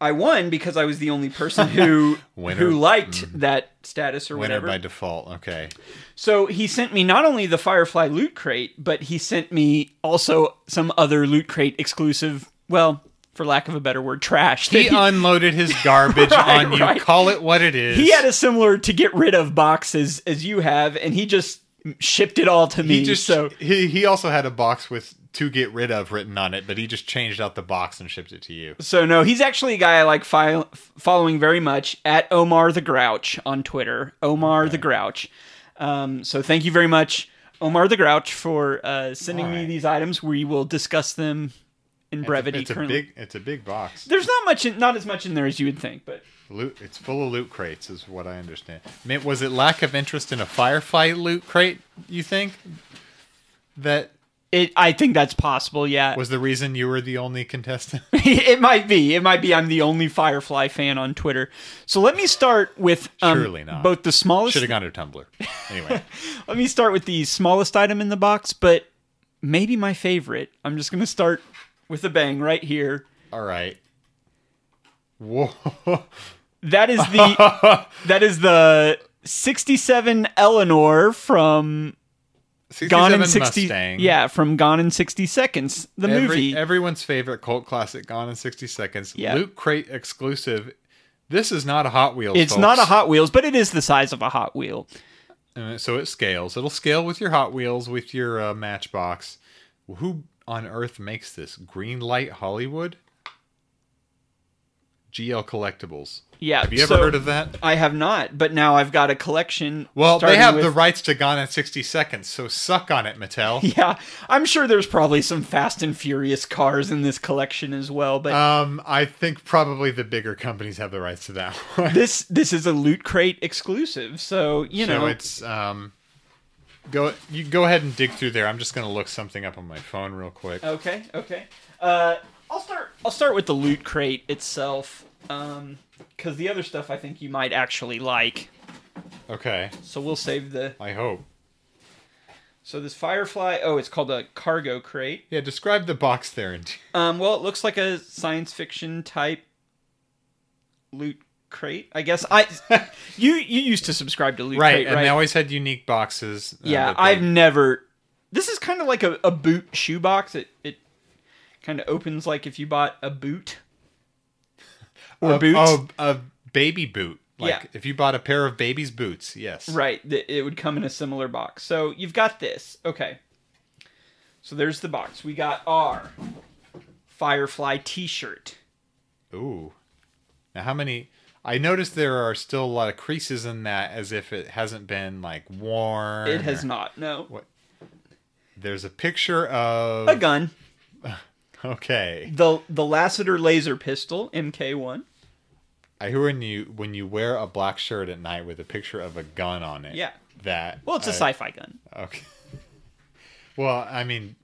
B: I won because I was the only person who
A: Winner. Mm-hmm.
B: who liked that status or
A: Winner
B: whatever.
A: by default. Okay.
B: So he sent me not only the Firefly loot crate, but he sent me also some other loot crate exclusive, well, for lack of a better word, trash.
A: He
B: that
A: unloaded his garbage
B: Right,
A: on you.
B: right.
A: Call it what it is.
B: he, he had a similar to get rid of box as, as you have, and he just shipped it all to me.
A: He just
B: so
A: he he also had a box with to get rid of written on it, but he just changed out the box and shipped it to you.
B: So no, he's actually a guy I like fi- following very much at Omar the Grouch on Twitter. Omar the Grouch. Um, so thank you very much, Omar the Grouch, for uh, sending me
A: Alright.
B: these items. We will discuss them in brevity.
A: It's a
B: currently,
A: big it's a big box.
B: there's not much, in, not as much in there as you would think, but
A: Loot it's full of loot crates is what I understand. I mean, was it lack of interest in a firefly loot crate, you think? That
B: it. I think that's possible. Yeah,
A: was the reason you were the only contestant.
B: it might be. It might be. I'm the only Firefly fan on Twitter. So let me start with um,
A: Surely not.
B: both the smallest.
A: Should have gone to Tumblr. Anyway,
B: Let me start with the smallest item in the box, but maybe my favorite. I'm just going to start with a bang right here.
A: all right. Whoa.
B: That is the that is the 67 Eleanor from
A: 67
B: Gone in 60
A: Mustang.
B: Yeah, from Gone in 60 Seconds, the
A: Every-
B: movie.
A: Everyone's favorite cult classic, Gone in 60 Seconds.
B: Yeah.
A: Loot Crate exclusive. This is not a Hot Wheels.
B: it's
A: folks.
B: not a Hot Wheels, but it is the size of a Hot Wheel.
A: Uh, So it scales. It'll scale with your Hot Wheels, with your uh, Matchbox. Who on earth makes this? Green Light Hollywood? GL Collectibles.
B: Yeah.
A: Have you ever heard of that?
B: I have not, but now I've got a collection.
A: Well, they
B: starting
A: have
B: with-
A: the rights to Gone in 60 Seconds, so suck on it, Mattel.
B: Yeah, I'm sure there's probably some Fast and Furious cars in this collection as well, but
A: Um, I think probably the bigger companies have the rights to that one.
B: this this is a loot crate exclusive so you
A: so
B: know
A: it's um go you go ahead and dig through there i'm just gonna look something up on my phone real quick
B: okay okay uh i'll start i'll start with the loot crate itself um because the other stuff i think you might actually like
A: okay
B: so we'll save the
A: i hope
B: so this firefly oh it's called a cargo crate
A: yeah describe the box there and
B: um well it looks like a science fiction type loot crate i guess i you you used to subscribe to loot
A: right
B: crate
A: and
B: right
A: they always had unique boxes uh,
B: Yeah,
A: that they-
B: I've never. This is kind of like a, a boot shoebox. It it kind of opens like if you bought a boot or
A: a,
B: boots.
A: oh, a baby boot like
B: Yeah.
A: if you bought a pair of baby's boots yes
B: Right, th- it would come in a similar box. So you've got this. Okay. So there's the box. We got our Firefly T-shirt.
A: ooh now how many i noticed there are still a lot of creases in that as if it hasn't been like worn
B: It has
A: or-
B: not. No,
A: there's a picture of
B: a gun.
A: okay
B: The the Lassiter laser pistol MK1.
A: I hear when you when you wear a black shirt at night with a picture of a gun on it.
B: Yeah.
A: That
B: Well, it's a
A: I-
B: sci-fi gun.
A: Okay. Well, I mean,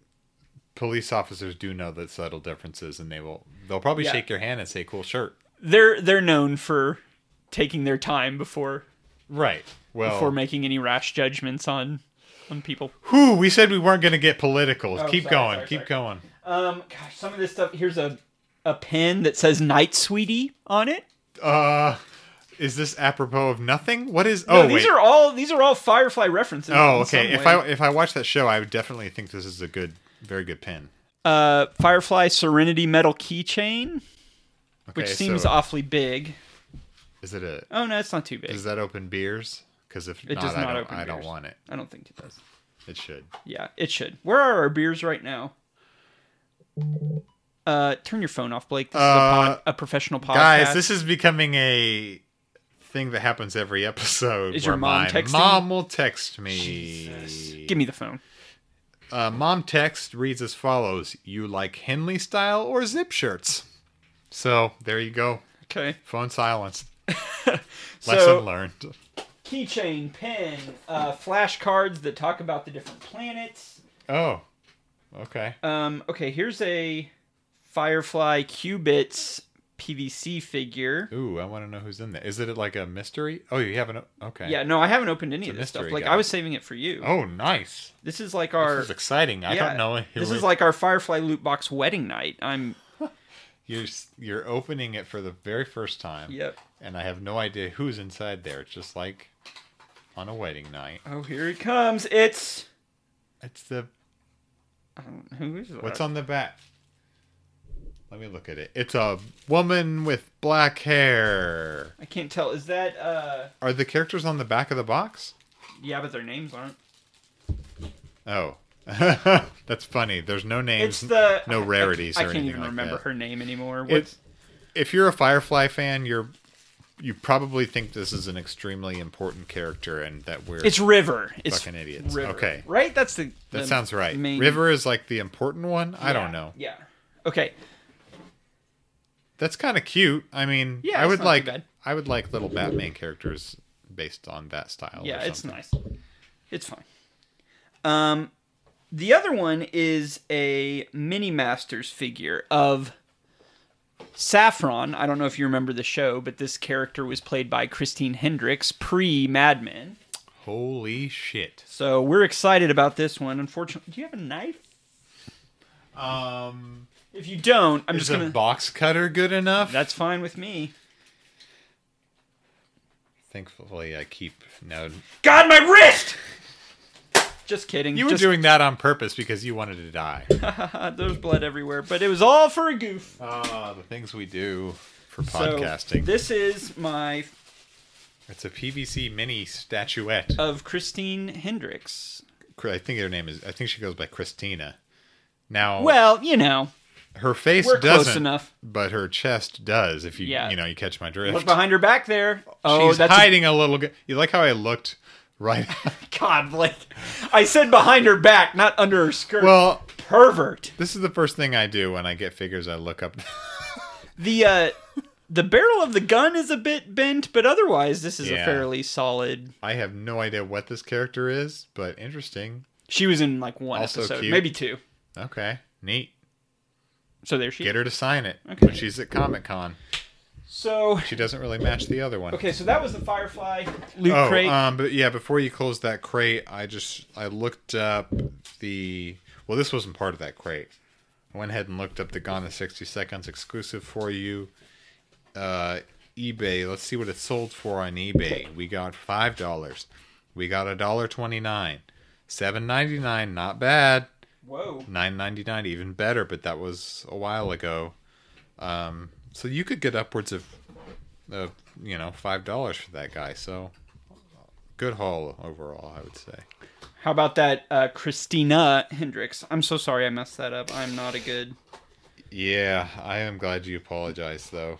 A: police officers do know that subtle differences, and they will they'll probably
B: Yeah.
A: shake your hand and say "cool shirt."
B: They're they're known for taking their time before
A: Right. Well,
B: before making any rash judgments on on people.
A: whew, we said we weren't going to get political. keep
B: Oh, sorry,
A: going.
B: sorry,
A: keep
B: sorry.
A: going.
B: Um, gosh, some of this stuff. Here's a a pen that says "Night Sweetie" on it.
A: Uh, is this apropos of nothing? What is?
B: No,
A: oh,
B: these
A: wait.
B: are all these are all Firefly references.
A: oh,
B: in
A: okay.
B: some
A: If
B: way.
A: I if I watch that show, I would definitely think this is a good, very good pin.
B: uh, Firefly Serenity metal keychain,
A: Okay,
B: which seems
A: so
B: awfully big.
A: is it a
B: Oh no, it's not too big.
A: Does that open beers? Because if
B: It
A: not,
B: does
A: I,
B: not
A: don't,
B: open
A: I don't
B: beers.
A: want it.
B: I don't think it does.
A: It should.
B: Yeah, it should. Where are our beers right now? Uh, turn your phone off, Blake. This is a,
A: Uh,
B: pod, a professional podcast.
A: Guys, this is becoming a thing that happens every episode.
B: Is your
A: where
B: mom
A: my
B: texting?
A: Mom will text me.
B: Give me the phone.
A: Uh, mom text reads as follows: "You like Henley style or zip shirts?" So there you go.
B: Okay.
A: Phone silenced. Lesson
B: So-
A: learned.
B: keychain, pen, uh, flashcards that talk about the different planets.
A: Oh, okay.
B: Um, okay, here's a Firefly Qubits PVC figure.
A: Ooh, I want to know who's in there. Is it like a mystery? Oh, you haven't. Okay.
B: Yeah, no, I haven't opened any
A: It's
B: of
A: a
B: this stuff.
A: mystery
B: Like
A: guy.
B: I was saving it for you.
A: Oh, nice.
B: This is like our
A: This is exciting. I
B: yeah,
A: don't know.
B: This
A: Hillary-
B: is like our Firefly loot box wedding night. I'm
A: you're s- you're opening it for the very first time.
B: Yep.
A: And I have no idea who's inside there. It's just like on a wedding night.
B: Oh, here it comes. It's um,
A: It's the
B: who is that?
A: what's on the back. Let me look at it. It's a woman with black hair.
B: I can't tell. Is that uh
A: Are the characters on the back of the box?
B: yeah, but their names aren't.
A: Oh. That's funny. There's no names.
B: It's the
A: no
B: I- I-
A: rarities
B: I,
A: or
B: can't
A: anything
B: even
A: like
B: remember
A: that.
B: her name anymore. What's
A: It's, if you're a Firefly fan, you're you probably think this is an extremely important character and that we're
B: It's River. It's
A: fucking idiots.
B: River.
A: Okay.
B: Right? That's the
A: That
B: the
A: sounds right.
B: main-
A: River is like the important one. I
B: Yeah,
A: don't know.
B: Yeah. Okay.
A: That's kind of cute. I mean,
B: Yeah,
A: I
B: it's
A: would
B: not too
A: like
B: bad.
A: I would like little Batman characters based on that style.
B: Yeah,
A: or
B: it's
A: something.
B: nice. It's fine. Um the other one is a mini masters figure of Saffron. I don't know if you remember the show, but this character was played by Christine Hendricks pre Mad Men.
A: Holy shit!
B: So we're excited about this one. Unfortunately, do you have a knife?
A: Um,
B: If you don't, I'm
A: is
B: just gonna.
A: a box cutter good enough?
B: That's fine with me.
A: Thankfully, I keep no.
B: God, my wrist. Just kidding.
A: You were
B: just,
A: doing that on purpose because you wanted to die.
B: uh, there's blood everywhere, but it was all for a goof.
A: Ah, the things we do for
B: So,
A: podcasting.
B: this is my
A: it's a PVC mini statuette.
B: of Christine Hendricks.
A: I think her name is. I think she goes by Christina. Now,
B: Well, you know,
A: her face
B: we're
A: Oh. doesn't.
B: close enough.
A: but her chest does. If you
B: Yeah.
A: you know you catch my drift.
B: Look behind her back there. Oh,
A: She's
B: that's a-
A: hiding a little. g- You like how I looked right?
B: God, Blake. I said behind her back, not under her skirt.
A: well,
B: pervert.
A: this is the first thing I do when I get figures. I look up.
B: The uh, the barrel of the gun is a bit bent, but otherwise, this is a
A: Yeah.
B: fairly solid.
A: I have no idea what this character is, but interesting.
B: She was in like one
A: Also
B: episode,
A: cute.
B: maybe two.
A: Okay, neat.
B: So there she
A: Get
B: is.
A: her to sign it
B: Okay.
A: when she's at Comic Con.
B: So
A: She doesn't really match the other one.
B: okay, so that was the Firefly loot
A: Oh,
B: crate.
A: um, but yeah, before you close that crate, I just I looked up the. Well, this wasn't part of that crate. I went ahead and looked up the Gone in sixty seconds exclusive for you. Uh, eBay. Let's see what it sold for on eBay. We got five dollars. We got a dollar twenty nine. Seven ninety nine. Not bad.
B: Whoa.
A: Nine ninety nine. Even better. But that was a while ago. Um, so you could get upwards of, of you know, five dollars for that guy. So good haul overall, I would say.
B: How about that uh, Christina Hendricks? I'm so sorry I messed that up. I'm not a good.
A: Yeah, I am glad you apologized, though.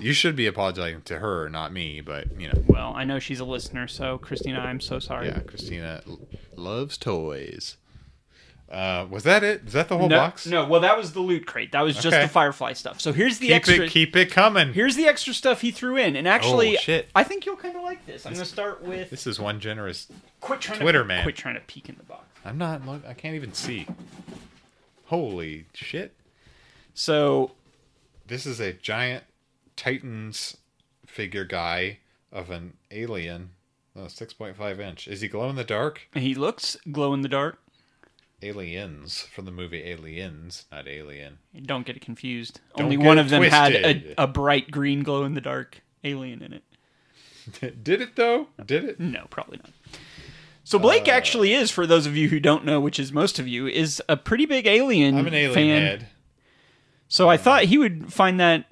A: You should be apologizing to her, not me. But you know,
B: Well, I know she's a listener, so Christina, I'm so sorry.
A: yeah, Christina l- loves toys. Uh, was that it? Is that the whole
B: No,
A: box?
B: no, well, that was the loot crate. That was just
A: Okay.
B: the Firefly stuff. So here's the
A: Keep
B: extra.
A: it, keep it coming.
B: Here's the extra stuff he threw in, and actually,
A: Oh, shit.
B: I think you'll kind of like this. I'm gonna start with
A: This is one generous.
B: quit trying
A: Twitter,
B: to,
A: man.
B: Quit trying to peek in the box.
A: I'm not. Look, I can't even see. Holy shit!
B: So
A: this is a giant Titans figure guy of an alien. No, six point five inch. Is he glow in the dark?
B: he looks glow in the dark.
A: Aliens from the movie Aliens, not Alien.
B: Don't get it confused. Only
A: get
B: one
A: it
B: of them
A: twisted.
B: had a, a bright green glow in the dark alien in it.
A: Did it though? Did it?
B: No, probably not. So
A: Uh,
B: Blake actually is, for those of you who don't know, which is most of you, is a pretty big alien.
A: I'm an alien
B: fan.
A: head.
B: So I thought he would find that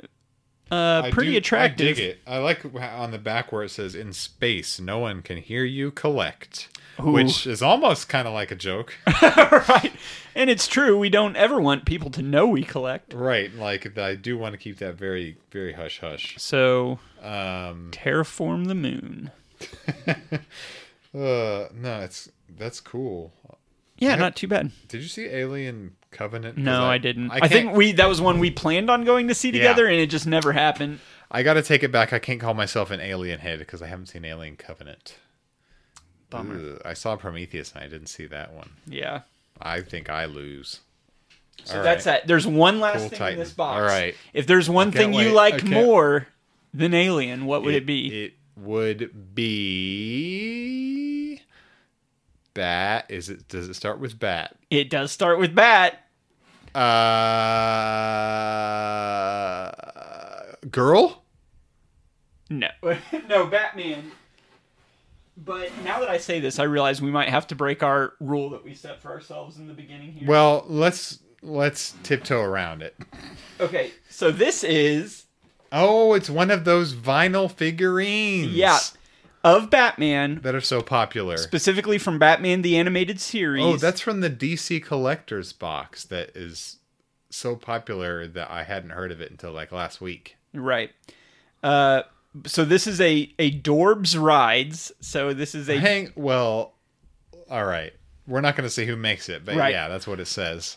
B: uh,
A: I
B: pretty
A: do-
B: attractive.
A: I dig it. I like wh- on the back where it says "In space, no one can hear you collect," which is almost kind of like a joke,
B: right? And it's true. We don't ever want people to know we collect.
A: right? Like I do want to keep that very, very hush hush.
B: So
A: Um,
B: terraform the moon.
A: uh, no, it's that's cool.
B: Yeah, not too bad.
A: Did you see Alien Covenant? 'Cause
B: No, I, didn't. I,
A: can't-
B: think we that was one we planned on going to see together, and it just never happened.
A: I got to take it back. I can't call myself an alien head because I haven't seen Alien Covenant.
B: Bummer.
A: Ugh, I saw Prometheus and I didn't see that one.
B: Yeah.
A: I think I lose.
B: So
A: All
B: that's
A: right.
B: that. There's one last
A: Cool
B: thing in
A: Titan.
B: this box.
A: All right.
B: If there's one
A: can't
B: thing you
A: wait. I
B: like
A: can't-
B: more than Alien, what would it, be?
A: It would be bat. Is it? Does it start with bat?
B: It, does start with bat.
A: Uh, girl.
B: No. no, Batman. But now that I say this, I realize we might have to break our rule that we set for ourselves in the beginning here.
A: Well, let's let's tiptoe around it.
B: okay, so this is
A: Oh, it's one of those vinyl figurines.
B: yeah of Batman,
A: that are so popular.
B: specifically from Batman the animated series.
A: Oh, that's from the DC collector's box that is so popular that I hadn't heard of it until like last week.
B: Right. Uh, so this is a a Dorbs rides. So this is a
A: Hang well, all right. We're not going to say who makes it, but
B: Right.
A: yeah, that's what it says.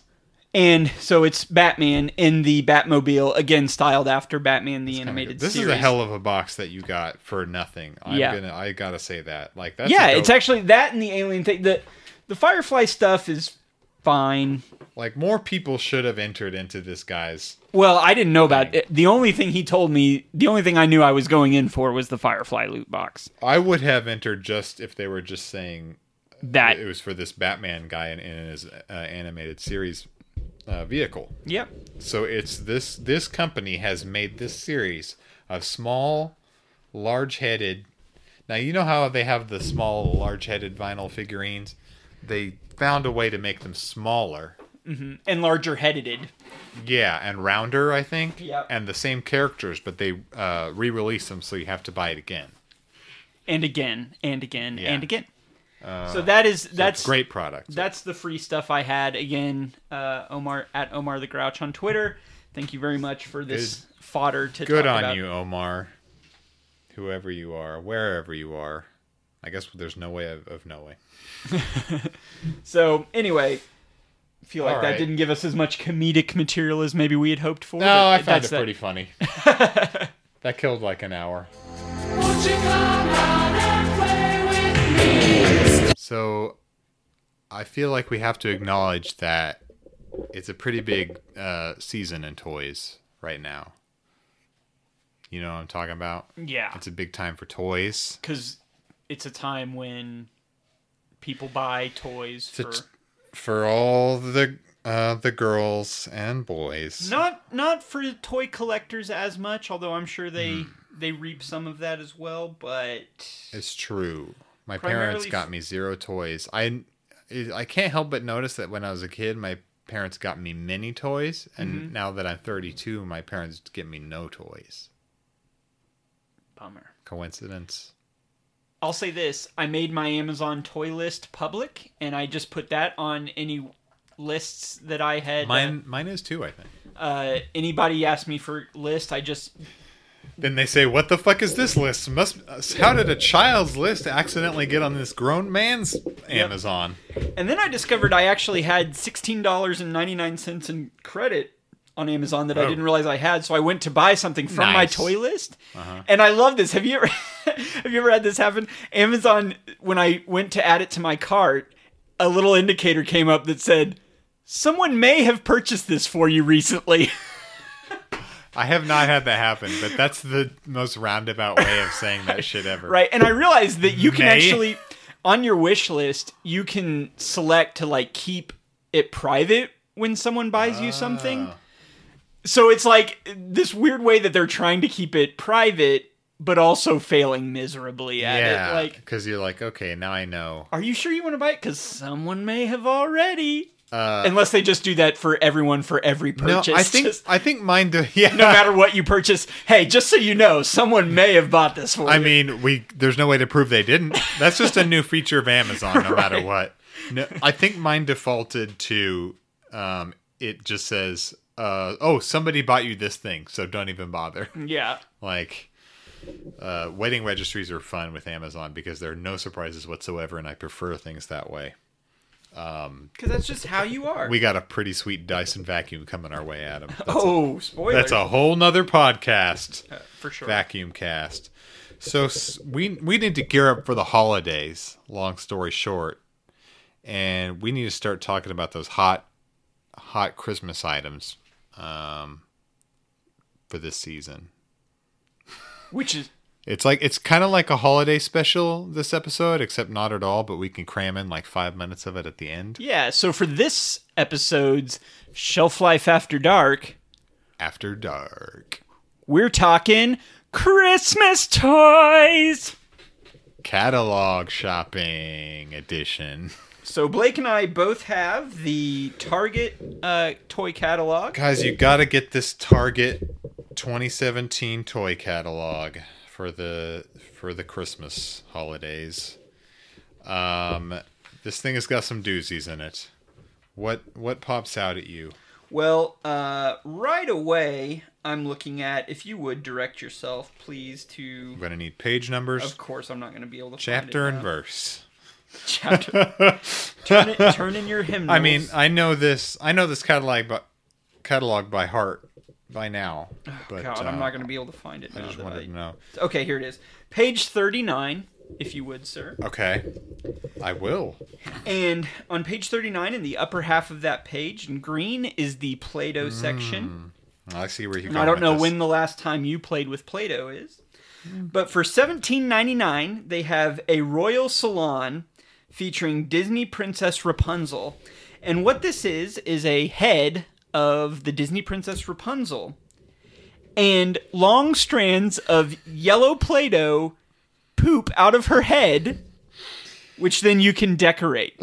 B: and so it's Batman in the Batmobile again, styled after Batman the animated
A: this
B: series.
A: is a hell of a box that you got for nothing. I'm
B: Yeah.
A: gonna, I gotta say that. Like that's
B: yeah,
A: a
B: it's
A: dope-
B: actually that and the alien thing. The the Firefly stuff is fine.
A: like more people should have entered into this guy's.
B: Well, I didn't know about it. The only thing he told me, the only thing I knew I was going in for was the Firefly loot box.
A: I would have entered just if they were just saying
B: That,
A: it was for this Batman guy in, in his uh, animated series uh, vehicle.
B: yep.
A: So it's this this company has made this series of small, large-headed. Now you know how they have the small, large-headed vinyl figurines. They found a way to make them smaller.
B: And larger headed.
A: Yeah, and rounder, I think.
B: Yep.
A: And the same characters, but they uh, re-release them, so you have to buy it again.
B: And again, and again,
A: Yeah.
B: and again. Uh, so that is
A: So it's
B: that's
A: great product.
B: that's the free stuff I had again. Uh, Omar at Omar the Grouch on Twitter. Thank you very much for this fodder to
A: Good
B: talk
A: on
B: about.
A: you, Omar. Whoever you are, wherever you are. I guess there's no way of, of knowing.
B: So anyway, I feel like
A: All
B: that
A: right.
B: didn't give us as much comedic material as maybe we had hoped for.
A: No,
B: but
A: I found
B: that's
A: it
B: that.
A: pretty funny. that killed like an hour.
C: Won't you come round and play with me?
A: So I feel like we have to acknowledge that it's a pretty big uh, season in toys right now. You know what I'm talking about?
B: Yeah,
A: It's a big time for toys.
B: because it's a time when people buy toys
A: For,
B: for
A: for all the uh, the girls and boys.
B: not not for toy collectors as much, although I'm sure they
A: Hmm.
B: they reap some of that as well. But
A: It's true. My
B: Primarily
A: parents
B: f-
A: got me zero toys. I I can't help but notice that when I was a kid, my parents got me many toys, and
B: Mm-hmm.
A: now that I'm 32, my parents get me no toys.
B: bummer.
A: Coincidence?
B: I'll say this: I made my Amazon toy list public, and I just put that on any lists that I had.
A: Mine mine is too, I think.
B: Uh, anybody asked me for list, I just
A: Then they say, "What the fuck is this list? Must uh, how did a child's list accidentally get on this grown man's Amazon?"
B: And then I discovered I actually had sixteen dollars and ninety nine cents in credit on Amazon that I
A: Oh.
B: didn't realize I had. So I went to buy something from my
A: Nice. Uh-huh.
B: toy list, and I love this. Have you ever have you ever had this happen? Amazon, when I went to add it to my cart, a little indicator came up that said. Someone may have purchased this for you recently.
A: I have not had that happen, but that's the most roundabout way of saying that shit ever.
B: Right. And I realized that you can
A: May.
B: actually, on your wish list, you can select to like keep it private when someone buys you something.
A: Ah.
B: So it's like this weird way that they're trying to keep it private, but also failing miserably at it.
A: Yeah,
B: Like,
A: because you're like, okay, now I know.
B: are you sure you want to buy it? Because someone may have already.
A: Uh,
B: Unless they just do that for everyone for every purchase.
A: No, I think
B: Just-
A: I think mine. Do, yeah,
B: no matter what you purchase, hey, just so you know, someone may have bought this for
A: I
B: you.
A: mean, we there's no way to prove they didn't. That's just a new feature of Amazon, no matter what. No, I think mine defaulted to um, it just says, uh, "Oh, somebody bought you this thing, so don't even bother."
B: yeah.
A: Like, uh, wedding registries are fun with Amazon because there are no surprises whatsoever, and I prefer things that way.
B: Because that's just how you are.
A: We got a pretty sweet Dyson vacuum coming our way, Adam. That's,
B: oh, spoiler.
A: that's a whole nother podcast.
B: for sure.
A: vacuum cast. So s- we we need to gear up for the holidays. Long story short, and we need to start talking about those hot hot Christmas items um, for this season.
B: Which is
A: It's like it's kind of like a holiday special this episode, except not at all. But we can cram in like five minutes of it at the end
B: yeah. So for this episode's shelf life after dark,
A: after dark.
B: we're talking Christmas toys.
A: Catalog shopping edition.
B: So Blake and I both have the Target uh, toy catalog.
A: Guys, you got to get this Target 2017 toy catalog for the for the Christmas holidays. Um, this thing has got some doozies in it. What what pops out at you?
B: Well, uh, right away, I'm looking at if you would direct yourself, please to.
A: I'm gonna need page numbers,
B: Of course, I'm not going to be able to
A: chapter
B: find
A: and
B: it now.
A: verse.
B: Chapter. turn, it, turn in your hymnals.
A: I mean, I know this. I know this catalog, by, catalog by heart by now. But
B: Oh, God,
A: uh,
B: I'm not going to be able to find it.
A: I
B: now
A: just
B: that
A: wanted to know.
B: Okay, here it is. Page 39, if you would, sir.
A: Okay, I will.
B: And on page 39, in the upper half of that page, in green, is the Play Doh section.
A: I see where you.
B: And I don't know when the last time you played with Play Doh is. But for $17.99, they have a Royal Salon featuring Disney Princess Rapunzel. And what this is, is a head of the Disney Princess Rapunzel and long strands of yellow Play Doh poop out of her head, which then you can decorate.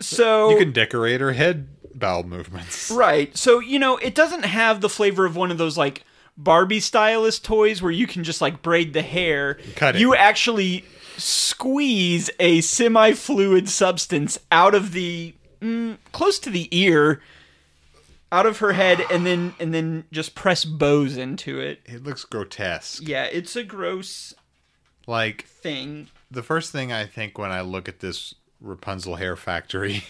B: so
A: you can decorate her head bowel movements.
B: Right. So, you know, it doesn't have the flavor of one of those like Barbie stylist toys where you can just like braid the hair.
A: Cut it.
B: You actually squeeze a semi fluid substance out of the mm, close to the ear out of her head and then and then just press bows into it.
A: It looks grotesque.
B: Yeah, it's a gross
A: Like
B: thing.
A: the first thing I think when I look at this Rapunzel hair factory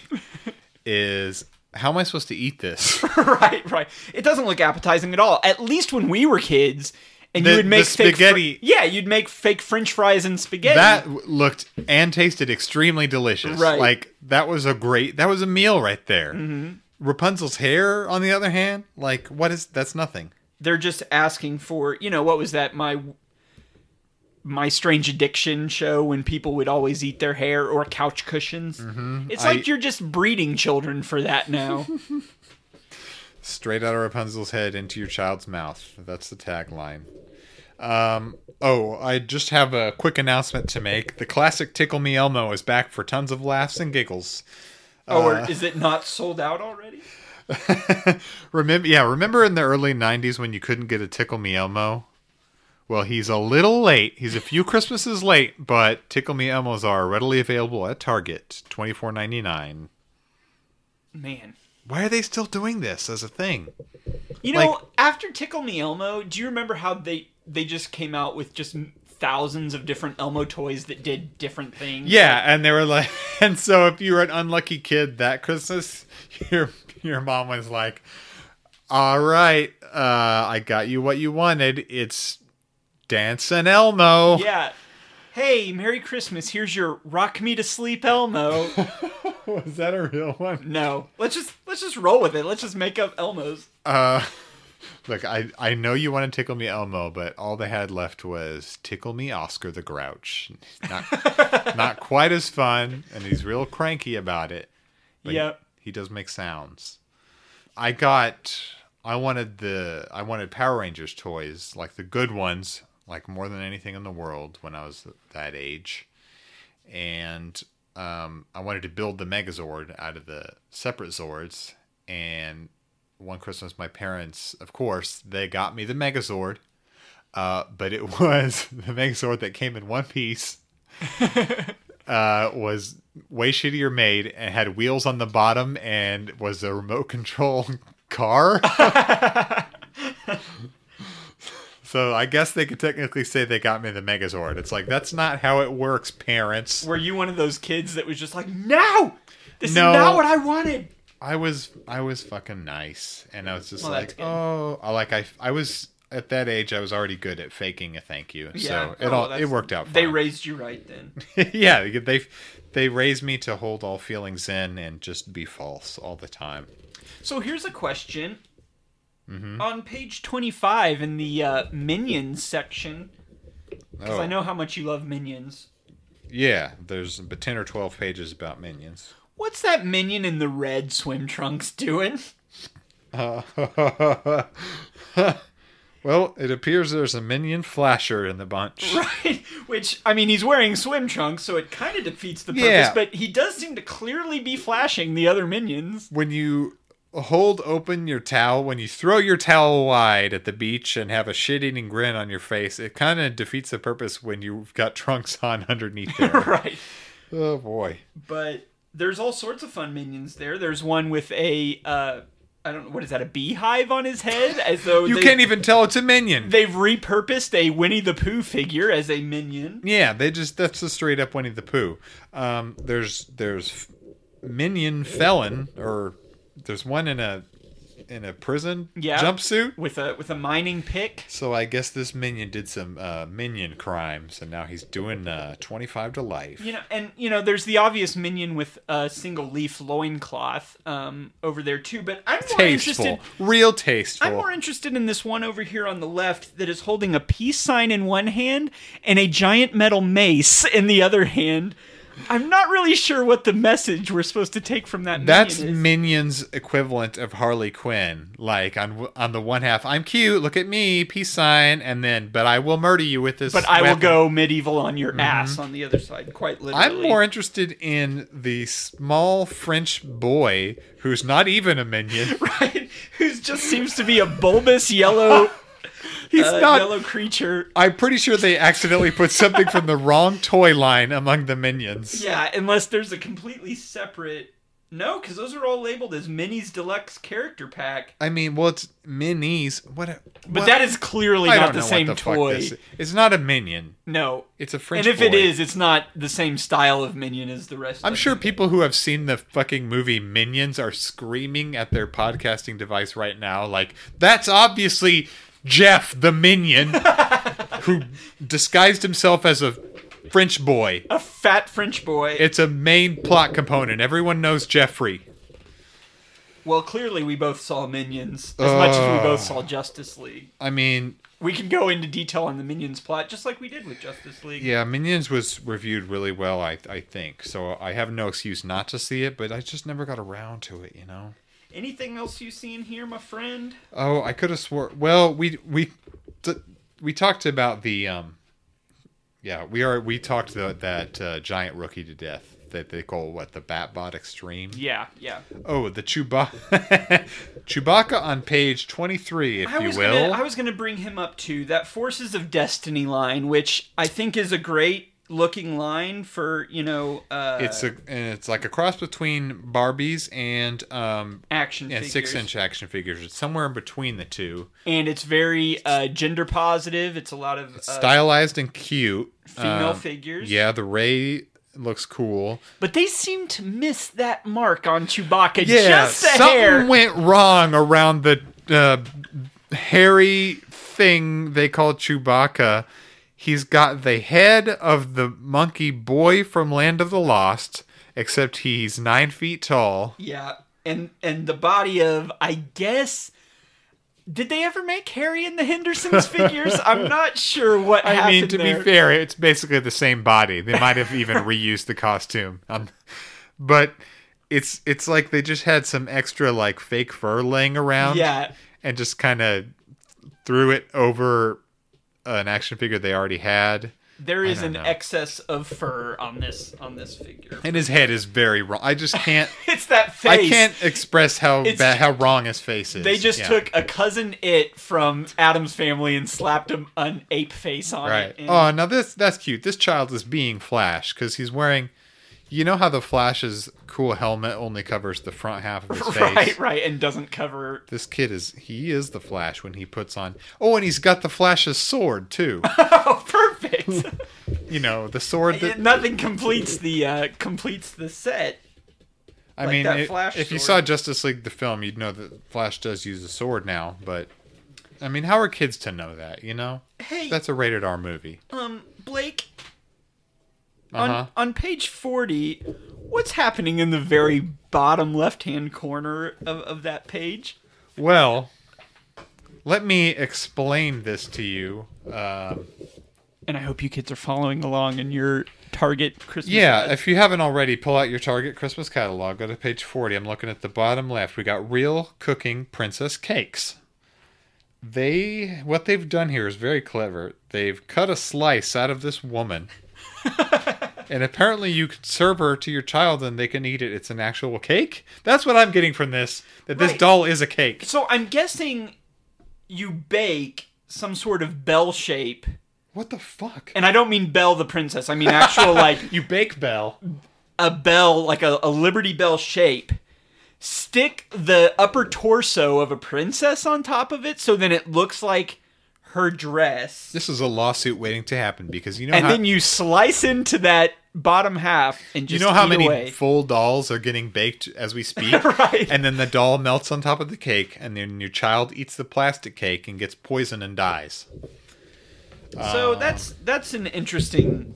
A: is how am I supposed to eat this?
B: right, right. It doesn't look appetizing at all. At least when we were kids and you
A: The-
B: would make
A: the
B: fake fr-
A: spaghetti-
B: yeah, you'd make fake french fries and spaghetti.
A: that w- looked and tasted extremely delicious.
B: Right. Mm-hmm.
A: Like that was a great that was a meal right there. Rapunzel's hair, on the other hand, like what is that's nothing.
B: they're just asking for you know what was that my my strange addiction show when people would always eat their hair or couch cushions it's
A: Mm-hmm. I-
B: like you're just breeding children for that now
A: Straight out of Rapunzel's head into your child's mouth. That's the tagline. Um, oh, I just have a quick announcement to make. The classic Tickle Me Elmo is back for tons of laughs and giggles.
B: or
A: Uh,
B: is it not sold out already
A: Remember, yeah, remember in the early '90s when you couldn't get a Tickle Me Elmo? Well, he's a little late. He's a few Christmases late, but Tickle Me Elmos are readily available at Target, twenty four ninety nine.
B: man
A: Why are they still doing this as a thing?
B: you know
A: Like-
B: after tickle me elmo do you remember how they they just came out with just thousands of different elmo toys that did different things
A: Yeah, and they were like, and so if you were an unlucky kid that Christmas, your your mom was like, "All right, uh, I got you what you wanted. It's Dance and Elmo."
B: yeah hey merry christmas here's your rock me to sleep elmo
A: Was that a real one?
B: No. Let's just let's just roll with it. Let's just make up Elmos.
A: Uh, look, I I know you want to tickle me Elmo, but all they had left was tickle me Oscar the Grouch. Not not quite as fun, and he's real cranky about it. but he-
B: Yep.
A: he, does make sounds. I got I wanted the I wanted Power Rangers toys, like the good ones, like more than anything in the world when I was that age, and um, I wanted to build the Megazord out of the separate Zords and one Christmas, my parents, of course, they got me the Megazord, uh, but it was the Megazord that came in one piece. uh, was way shittier made and had wheels on the bottom and was a remote control car. so I guess they could technically say they got me the Megazord. It's like that's not how it works, parents.
B: Were you one of those kids that was just like, no, this
A: No.
B: is not what I wanted?
A: I was I was fucking nice, and I was just
B: Well, that's
A: like,
B: good.
A: oh, I like I I was at that age. I was already good at faking a thank you, so it
B: Oh,
A: all
B: that's-
A: it worked out.
B: They
A: fine.
B: raised you right then.
A: yeah, they They raise me to hold all feelings in and just be false all the time.
B: So here's a question.
A: Mm-hmm.
B: On page 25 in the uh, Minions section, because
A: Oh,
B: I know how much you love Minions.
A: Yeah, there's about 10 or 12 pages about minions.
B: What's that minion in the red swim trunks doing?
A: Uh, well, it appears there's a minion flasher in the bunch.
B: Right. Which, I mean, he's wearing swim trunks, so it kind of defeats the purpose,
A: Yeah.
B: but he does seem to clearly be flashing the other minions.
A: When you hold open your towel, when you throw your towel wide at the beach and have a shit eating grin on your face, it kind of defeats the purpose when you've got trunks on underneath there.
B: right.
A: oh, boy.
B: But there's all sorts of fun minions there. There's one with a, uh, I don't know, what is that, a beehive on his head? As though
A: You
B: they,
A: can't e- even tell it's a minion.
B: they've repurposed a Winnie the Pooh figure as a minion.
A: Yeah, they just that's the straight up Winnie the Pooh. Um, there's there's minion felon or there's one in a in a prison
B: Yeah.
A: jumpsuit.
B: with a with a mining pick.
A: So I guess this minion did some uh, minion crimes, and now he's doing uh, twenty five to life.
B: You know, and you know, there's the obvious minion with a single leaf loincloth um, over there too. But I'm more
A: tasteful,
B: interested.
A: real tasteful.
B: I'm more interested in this one over here on the left that is holding a peace sign in one hand and a giant metal mace in the other hand. I'm not really sure what the message we're supposed to take from that.
A: that's
B: minion is.
A: Minions equivalent of Harley Quinn. Like on on the one half, I'm cute, look at me, peace sign, and then, but I will murder you with this.
B: but I will
A: weapon. Mm-hmm.
B: go medieval on your ass on the other side, quite literally.
A: I'm more interested in the small French boy who's not even a minion.
B: right, who just seems to be a bulbous yellow,
A: He's
B: uh,
A: not.
B: yellow creature.
A: I'm pretty sure they accidentally put something from the wrong toy line among the minions.
B: Yeah, unless there's a completely separate. No, because those are all labeled as Minnie's Deluxe Character Pack.
A: I mean, well, it's minis. What? a-
B: But
A: what-
B: that is clearly
A: I
B: not
A: don't
B: the
A: know
B: same
A: what the fuck
B: toy.
A: this is. It's not a minion.
B: No.
A: It's a French.
B: and if it
A: boy.
B: is, it's not the same style of minion as the rest.
A: I'm
B: of
A: sure
B: them.
A: people who have seen the fucking movie Minions are screaming at their podcasting device right now, like, that's obviously Jeff the Minion, who disguised himself as a French boy.
B: a fat French boy.
A: It's a main plot component. Everyone knows Jeffrey.
B: well, clearly we both saw Minions as much as
A: Uh.
B: we both saw Justice League.
A: I mean,
B: We can go into detail on the Minions plot, just like we did with Justice League.
A: yeah, Minions was reviewed really well, I, I think. So I have no excuse not to see it, but I just never got around to it, you know?
B: Anything else you see in here, my friend?
A: Oh, I could have swore. Well, we we t- we talked about the um, yeah, we are we talked about that uh, giant rookie to death that they call what the Batbot Extreme.
B: Yeah, yeah.
A: Oh, the Chewbacca Chewbacca on page twenty three, if
B: I
A: you
B: was
A: will.
B: Gonna, I was going to bring him up to that Forces of Destiny line, which I think is a great looking line for you know uh,
A: it's a and it's like a cross between Barbies and um
B: action
A: and
B: figures.
A: six inch action figures. It's somewhere in between the two,
B: and it's very uh, gender positive. It's a lot of uh,
A: stylized and cute.
B: female
A: Um,
B: figures.
A: Yeah, the Ray looks cool.
B: but they seem to miss that mark on Chewbacca
A: Yeah,
B: just a
A: something
B: hair.
A: went wrong around the uh, hairy thing they call Chewbacca. He's got the head of the monkey boy from Land of the Lost, except he's nine feet tall.
B: yeah, and and the body of I guess. Did they ever make Harry and the Hendersons figures? I'm not sure what
A: I
B: happened
A: mean, to
B: there.
A: be fair, it's basically the same body. They might have even reused the costume, um, but it's it's like they just had some extra like fake fur laying around.
B: Yeah,
A: and just kind of threw it over an action figure they already had.
B: There is
A: don't
B: an
A: know.
B: excess of fur on this on this figure.
A: And his head is very wrong. I just can't.
B: It's that
A: I
B: face.
A: can't express how
B: It's-
A: bad, how wrong his face is.
B: They just
A: Yeah.
B: took a cousin it from Adam's family and slapped him an ape face on
A: right.
B: it. and-
A: Oh, now this that's cute. This child is being Flash because he's wearing. You know how the Flash's cool helmet only covers the front half of his face.
B: right, right, and doesn't cover.
A: This kid is he is the Flash when he puts on. Oh, and he's got the Flash's sword too.
B: Oh, perfect.
A: you know the sword that
B: Nothing completes the uh, completes the set.
A: I
B: Like
A: mean,
B: that
A: it-
B: Flash
A: if you
B: sword.
A: saw Justice League the film, you'd know that Flash does use a sword now. But I mean, how are kids to know that? You know,
B: Hey,
A: that's a rated R movie.
B: um, Blake.
A: Uh-huh.
B: on on page 40 what's happening in the very bottom left hand corner of, of that page
A: Well, let me explain this to you. Um,
B: and i hope you kids are following along in your target christmas
A: Yeah,
B: ads.
A: if you haven't already, pull out your Target Christmas catalog. Go to page 40. I'm looking at the bottom left. We got real cooking princess cakes. They what they've done here is very clever. They've cut a slice out of this woman. and apparently you can serve her to your child and they can eat it. It's an actual cake. That's what I'm getting from this. That this
B: Right.
A: doll is a cake.
B: so i'm guessing you bake some sort of bell shape
A: What the fuck?
B: and i don't mean bell the princess i mean actual like
A: you bake bell.
B: a bell, like a, a Liberty Bell shape, stick the upper torso of a princess on top of it so then it looks like her dress.
A: This is a lawsuit waiting to happen because you know
B: And
A: how
B: then you slice into that bottom half and
A: you
B: just
A: know how
B: eat
A: many
B: away.
A: full dolls are getting baked as we speak
B: Right.
A: and then the doll melts on top of the cake and then your child eats the plastic cake and gets poisoned and dies
B: so that's that's an interesting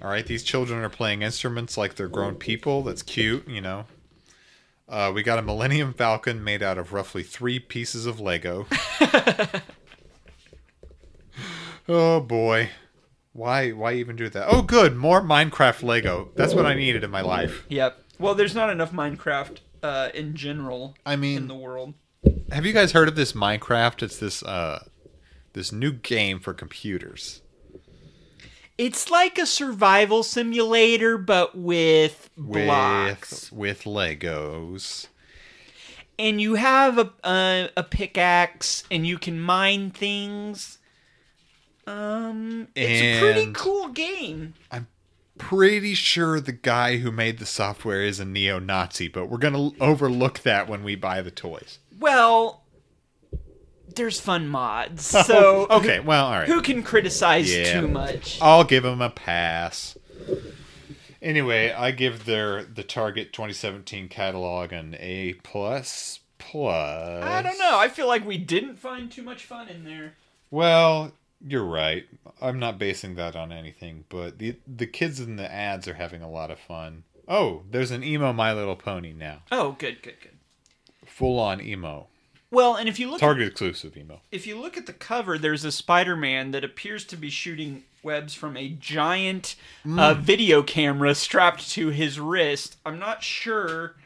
A: all right these children are playing instruments like they're grown people that's cute you know uh, we got a millennium falcon made out of roughly three pieces of lego oh boy why why even do that oh good more minecraft lego that's what i needed in my life
B: Yep. Well, there's not enough Minecraft uh, in general
A: i mean
B: in the world.
A: Have you guys heard of this Minecraft? It's this uh this new game for computers.
B: It's like a survival simulator but with blocks.
A: With with Legos.
B: and you have a a, a pickaxe and you can mine things. Um, it's a pretty
A: And-
B: cool game.
A: I'm pretty sure the guy who made the software is a neo-Nazi, but we're going to overlook that when we buy the toys.
B: Well, there's fun mods, so
A: Oh, okay, well, all right.
B: Oh, Who can criticize
A: Yeah. Oh,
B: too much?
A: I'll give him a pass. Anyway, I give their the Target 2017 catalog an A plus plus.
B: I don't know. I feel like we didn't find too much fun in there.
A: Well, you're right. I'm not basing that on anything, but the the kids in the ads are having a lot of fun. Oh, there's an emo My Little Pony now.
B: Oh, good, good, good.
A: Full on emo.
B: Well, and if you look
A: Target exclusive emo.
B: if you look at the cover, there's a Spider-Man that appears to be shooting webs from a giant uh,
A: Mm.
B: video camera strapped to his wrist. I'm not sure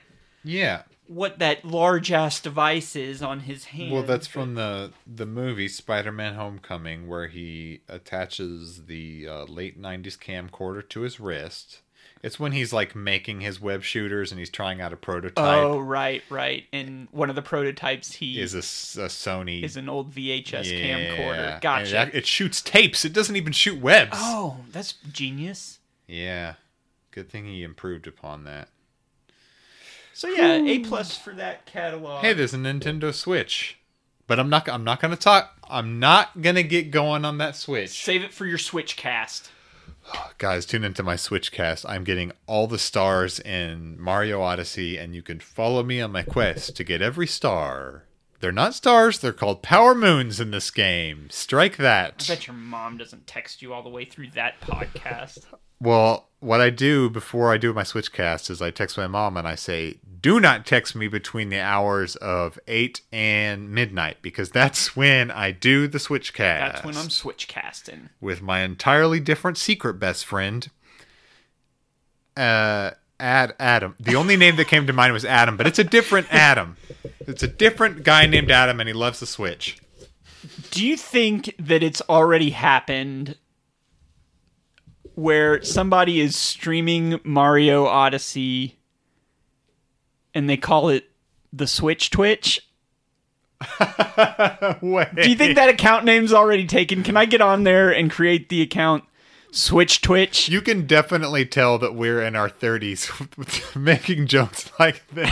A: Yeah.
B: what that large ass device is on his hand.
A: Well, that's from the the movie Spider-Man Homecoming where he attaches the uh, late 90s camcorder to his wrist. It's when he's like making his web shooters and he's trying out a prototype.
B: Oh, right, right. And one of the prototypes he
A: Is
B: is,
A: a, s- a Sony
B: an old VHS
A: Yeah.
B: camcorder.
A: And
B: Gotcha.
A: that- it shoots tapes. It doesn't even shoot webs.
B: oh, that's genius.
A: Yeah. Good thing he improved upon that.
B: So yeah, A plus for that catalog.
A: Hey, there's a Nintendo Switch. But I'm not I'm not going to talk I'm not going to get going on that Switch.
B: Save it for your Switch cast.
A: Uh, Guys, tune into my Switch cast. I'm getting all the stars in Mario Odyssey and you can follow me on my quest to get every star. They're not stars, they're called power moons in this game. Strike that.
B: I bet your mom doesn't text you all the way through that podcast.
A: Well, what I do before I do my Switchcast is I text my mom and I say, "Do not text me between the hours of eight and midnight because that's when I do the Switchcast."
B: That's when I'm Switch casting.
A: with my entirely different secret best friend, uh, Ad Adam. The only name that came to mind was Adam, but it's a different Adam. It's a different guy named Adam, and he loves the Switch.
B: Do you think that it's already happened where somebody is streaming Mario Odyssey and they call it the Switch Twitch?
A: Wait.
B: Do you think that account name's already taken? Can I get on there and create the account Switch Twitch?
A: You can definitely tell that we're in our 30s making jokes like this.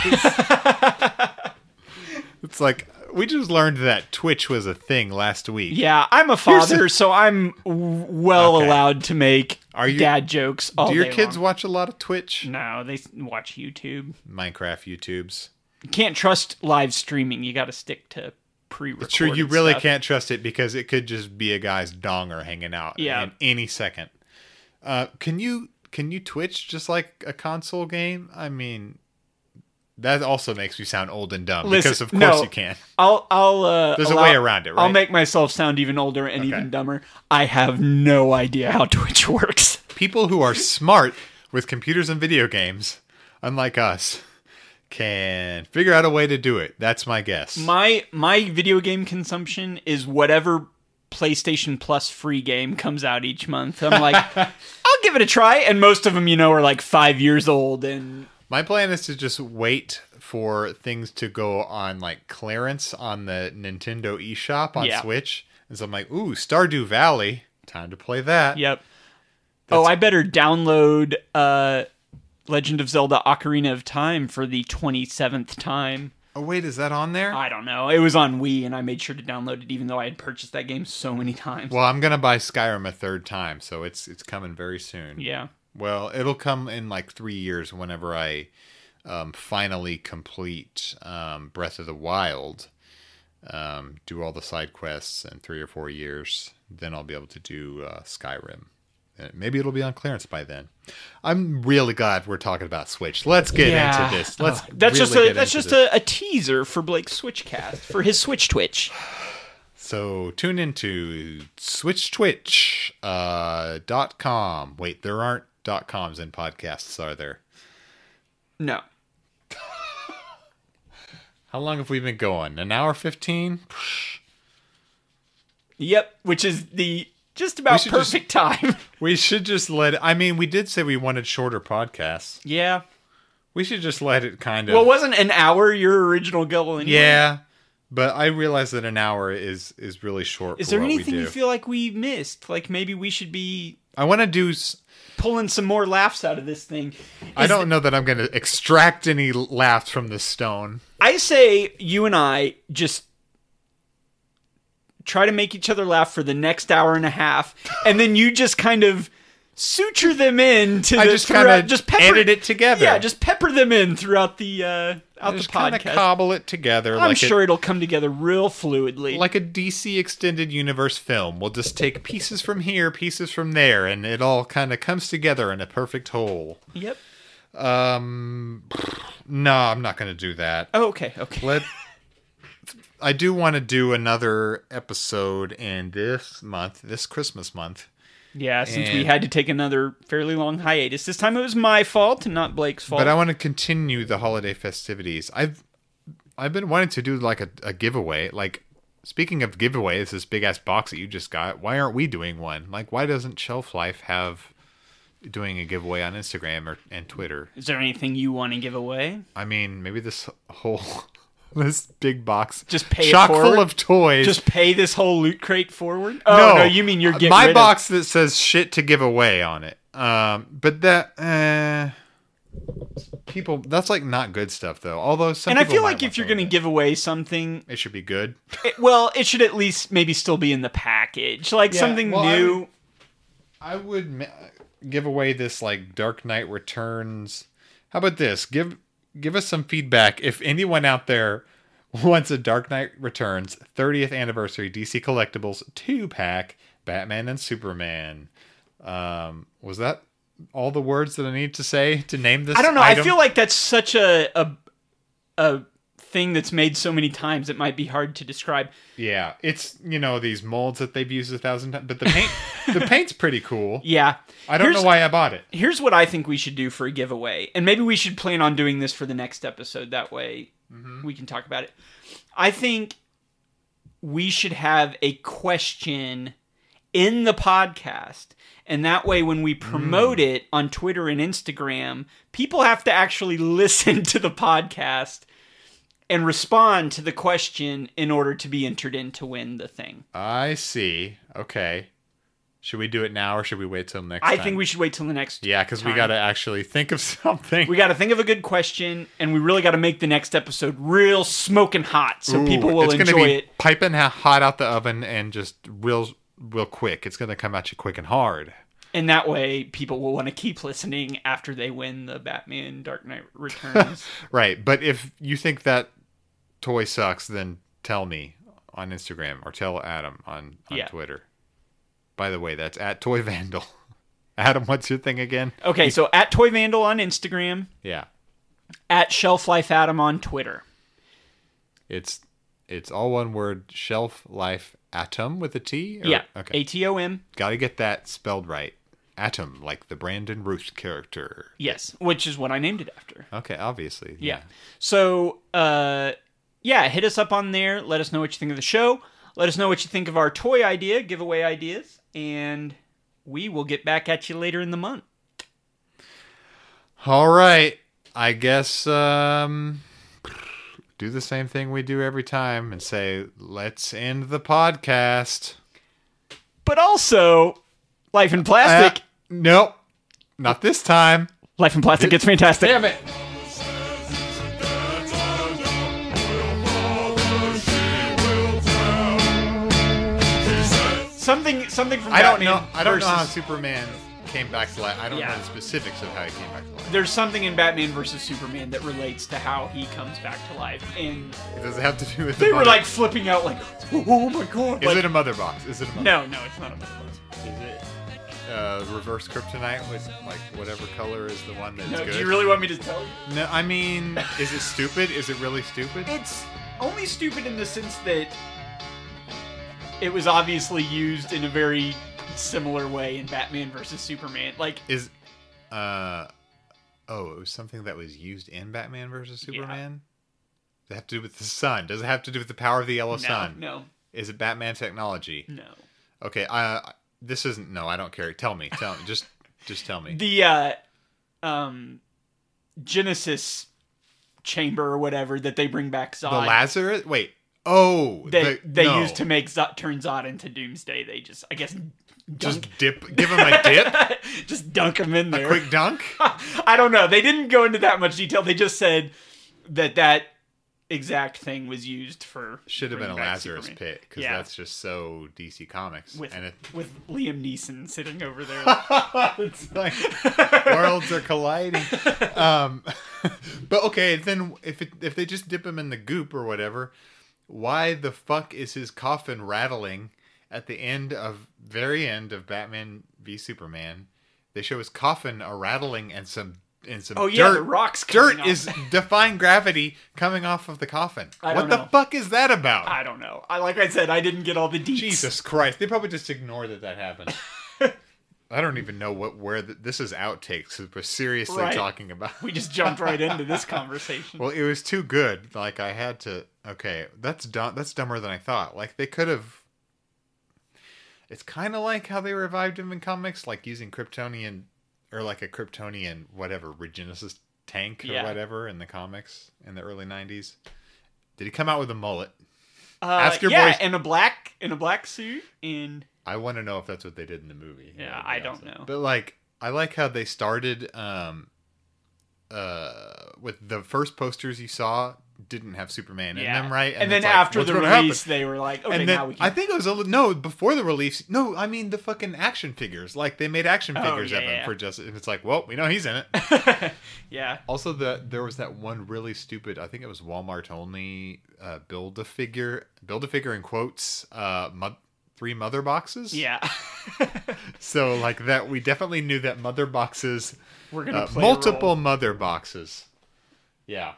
A: it's like we just learned that Twitch was a thing last week.
B: Yeah, I'm a father, so I'm w- well
A: Okay.
B: allowed to make
A: Are you-
B: dad jokes all
A: Do your
B: day
A: kids
B: long. Mm-hmm.
A: watch a lot of Twitch?
B: no, they s- watch YouTube.
A: Minecraft YouTubes.
B: Can't trust live streaming. You got to stick to pre-recorded.
A: Sure, you really
B: stuff.
A: can't trust it because it could just be a guy's donger hanging out
B: Yeah.
A: in any second. Uh, can you can you Twitch just like a console game? I mean, that also makes me sound old and dumb because
B: Listen,
A: of course
B: no.
A: you can.
B: I'll I'll uh,
A: There's a way around it,
B: I'll
A: right?
B: make myself sound even older and even dumber. I have no idea how Twitch works.
A: People who are smart with computers and video games, unlike us, can figure out a way to do it. That's my guess.
B: My my video game consumption is whatever PlayStation Plus free game comes out each month. I'm like, I'll give it a try, and most of them, you know, are like five years old, and
A: My plan is to just wait for things to go on like clearance on the Nintendo eShop on
B: Yeah.
A: Switch. And so I'm like, ooh, Stardew Valley. Time to play that.
B: yep. oh, I better download uh, Legend of Zelda: Ocarina of Time for the twenty seventh time.
A: Oh, wait, is that on there?
B: I don't know. It was on Wii, and I made sure to download it, even though I had purchased that game so many times.
A: well, I'm gonna buy Skyrim a third time, so it's it's coming very soon.
B: yeah.
A: Well, it'll come in like three years whenever I um, finally complete um, Breath of the Wild, um, do all the side quests in three or four years. Then I'll be able to do uh, Skyrim. Uh, Maybe it'll be on clearance by then. I'm really glad we're talking about Switch. Let's get
B: Yeah.
A: into this. Let's
B: Oh, that's
A: really
B: just a
A: get
B: that's
A: into
B: just
A: this.
B: a, a teaser for Blake's Switchcast for his Switch Twitch.
A: So tune into switchtwitch uh, dot com. Wait, there aren't dot coms in podcasts, are there?
B: No,
A: How long have we been going? An hour fifteen?
B: yep, which is the just
A: We
B: about
A: should just-
B: perfect time.
A: We should just let. I mean, we did say we wanted shorter podcasts.
B: yeah.
A: We should just let it kind of.
B: Well, wasn't an hour your original goal? Anyway?
A: yeah, but I realize that an hour is is really short.
B: Is
A: for
B: there
A: what we
B: anything you
A: do.
B: feel like we missed? Like maybe we should be
A: I want to do. s-
B: pulling some more laughs out of this thing.
A: I
B: Is-
A: don't know that I'm going to extract any laughs from the stone.
B: I say you and I just try to make each other laugh for the next hour and a half, and then you just kind of suture them in to
A: I
B: the,
A: just
B: throughout-
A: kind of
B: just pepper
A: edit it together.
B: Yeah, just pepper them in throughout the uh, out the
A: just kind of
B: podcast.
A: cobble it together.
B: I'm
A: like
B: sure
A: A,
B: it'll come together real fluidly.
A: like a DC extended universe film, we'll just take pieces from here, pieces from there, and it all kind of comes together in a perfect whole.
B: yep.
A: Um, no, I'm not going to do that.
B: Oh, okay. Okay.
A: Let I do want to do another episode in this month, this Christmas month.
B: Yeah. Since we
A: and-
B: had to take another fairly long hiatus, this time it was my fault and not Blake's fault.
A: But I want to continue the holiday festivities. I've I've been wanting to do like a, a giveaway. Like speaking of giveaways, this big ass box that you just got. Why aren't we doing one? Like why doesn't Shelf Life have doing a giveaway on Instagram or and Twitter?
B: Is there anything you want to give away?
A: I mean, maybe this whole this big box
B: Just pay it
A: chock full
B: forward?
A: of toys.
B: Just pay this whole loot crate forward? Oh no, you mean you're getting
A: my
B: rid of-
A: box that says shit to give away on it. Um, but that uh, people that's like not good stuff though. Although some
B: And I
A: people
B: feel
A: might
B: like
A: want
B: if you're
A: some of
B: going to
A: it.
B: give away something,
A: it should be good.
B: it- well, it should at least maybe still be in the package, like
A: Yeah,
B: something
A: well, I
B: new.
A: would- I would ma- give away this like Dark Knight Returns. How about this? Give give us some feedback if anyone out there wants a Dark Knight Returns 30th anniversary DC collectibles two pack Batman and Superman. Um, was that all the words that I need to say to name this?
B: I don't know. I
A: item?
B: feel like that's such a a a thing that's made so many times it might be hard to describe.
A: yeah, it's you know these molds that they've used a thousand times, but the paint the paint's pretty cool.
B: Yeah,
A: I don't
B: here's,
A: know why I bought it.
B: Here's what I think we should do for a giveaway, and maybe we should plan on doing this for the next episode. That way, we can talk about it. I think we should have a question in the podcast. And that way, when we promote it on Twitter and Instagram, people have to actually listen to the podcast and respond to the question in order to be entered in to win the thing.
A: I see. Okay. Should we do it now or should we wait till next
B: I
A: time?
B: think we should wait till the next.
A: Yeah, because we
B: time.
A: got to actually think of something.
B: We got to think of a good question, and we really got to make the next episode real smoking hot, so
A: Ooh,
B: people will
A: it's
B: enjoy
A: gonna be
B: it.
A: Piping ho- hot out the oven and just real, real quick. It's going to come at you quick and hard.
B: And that way, people will want to keep listening after they win the Batman Dark Knight Returns.
A: Right. But if you think that toy sucks, then tell me on Instagram or tell Adam on, on
B: Yeah.
A: Twitter. By the way, that's at Toy Vandal. Adam, what's your thing again?
B: Okay, so at Toy Vandal on Instagram,
A: Yeah.
B: at Shelf Life Adam on Twitter.
A: It's it's all one word, shelf life atom with a T? Or-
B: yeah.
A: Oh, Okay.
B: A T O M.
A: Gotta get that spelled right. Atom, like the Brandon Ruth character.
B: Yes, which is what I named it after.
A: Okay, obviously.
B: Yeah. So, uh, yeah, hit us up on there. Let us know what you think of the show. Let us know what you think of our toy idea, giveaway ideas, and we will get back at you later in the month.
A: All right. I guess um do the same thing we do every time and say, let's end the podcast.
B: But also, Life in
A: Uh,
B: Plastic.
A: nope. Not this time.
B: Life in Plastic gets fantastic.
A: Damn it.
B: Something, something from
A: I don't
B: Batman
A: know. I don't know how
B: versus-
A: Superman came back to life. I don't
B: Yeah.
A: know the specifics of how he came back to life.
B: There's something in Batman versus Superman that relates to how he comes back to life, and
A: It doesn't have to do with.
B: they
A: the
B: were
A: mother-
B: like flipping out, like, "Oh, oh my god!"
A: Is
B: Like,
A: it a mother box? Is it a mother?
B: no, no, it's not a metaphor.
A: Is it uh, reverse kryptonite with like whatever color is the one that's
B: No,
A: good?
B: do you really want me to tell you?
A: No, I mean, is it stupid? Is it really stupid?
B: It's only stupid in the sense that it was obviously used in a very similar way in Batman versus Superman. Like,
A: Is uh oh, it was something that was used in Batman versus
B: Yeah.
A: Superman. Does it have to do with the sun? Does it have to do with the power of the yellow
B: no,
A: sun?
B: no,
A: Is it Batman technology?
B: no.
A: Okay, uh, this isn't. No, I don't care. Tell me. Tell me. Just, just tell me.
B: the uh um genesis chamber or whatever that they bring back
A: The
B: zod
A: Lazarus. Wait. Oh,
B: they
A: the-
B: they
A: no.
B: use to make zod, turn zod into doomsday they just i guess
A: just
B: dunk,
A: dip. Give him a dip.
B: just, dunk him in there
A: Quick dunk.
B: i don't know they didn't go into that much detail they just said that that exact thing was used for
A: Should have been a
B: bringing back
A: Lazarus
B: Superman.
A: pit because
B: Yeah.
A: that's just so DC Comics.
B: with
A: and it,
B: with liam neeson sitting over there like,
A: it's like worlds are colliding. Um, but okay, then if it, if they just dip him in the goop or whatever, why the fuck is his coffin rattling at the end of very end of Batman v Superman? They show his coffin a rattling and some and some
B: oh
A: dirt.
B: yeah the rocks coming
A: dirt
B: off.
A: is defying gravity coming off of the coffin.
B: I
A: what
B: don't
A: the
B: know.
A: fuck is that about?
B: i don't know i like i said i didn't get all the details
A: Jesus Christ! They probably just ignore that that happened. I don't even know what where the, this is outtakes that we're seriously
B: Right.
A: talking about.
B: We just jumped right into this conversation.
A: well, it was too good. Like I had to. Okay, that's dumb. That's dumber than I thought. Like they could have. It's kind of like how they revived him in comics, like using Kryptonian or like a Kryptonian whatever Regenesis tank or
B: Yeah.
A: whatever in the comics in the early '90s. Did he come out with a mullet?
B: uh,
A: ask your
B: yeah,
A: boys-
B: in a black in a black suit, and
A: I want to know if that's what they did in the movie.
B: Yeah,
A: That'd be
B: I don't know.
A: But like, I like how they started um, uh, with the first posters you saw didn't have Superman
B: yeah.
A: in them, right?
B: And,
A: it's
B: then
A: like,
B: after
A: what's
B: the
A: gonna happen?
B: release, they were like, "Okay,
A: and then
B: now we can."
A: I think it was a li- no before the release. No, I mean the fucking action figures. Like they made action
B: Oh,
A: figures
B: yeah,
A: of him
B: yeah.
A: for just. and It's like, well, we know he's in it.
B: yeah,
A: Also, the there was that one really stupid. I think it was Walmart only. Uh, build a figure, build a figure in quotes. Uh, mo- three mother boxes.
B: yeah.
A: So like that, we definitely knew that mother boxes,
B: we're gonna
A: uh,
B: play a
A: multiple
B: role.
A: mother boxes. Yeah.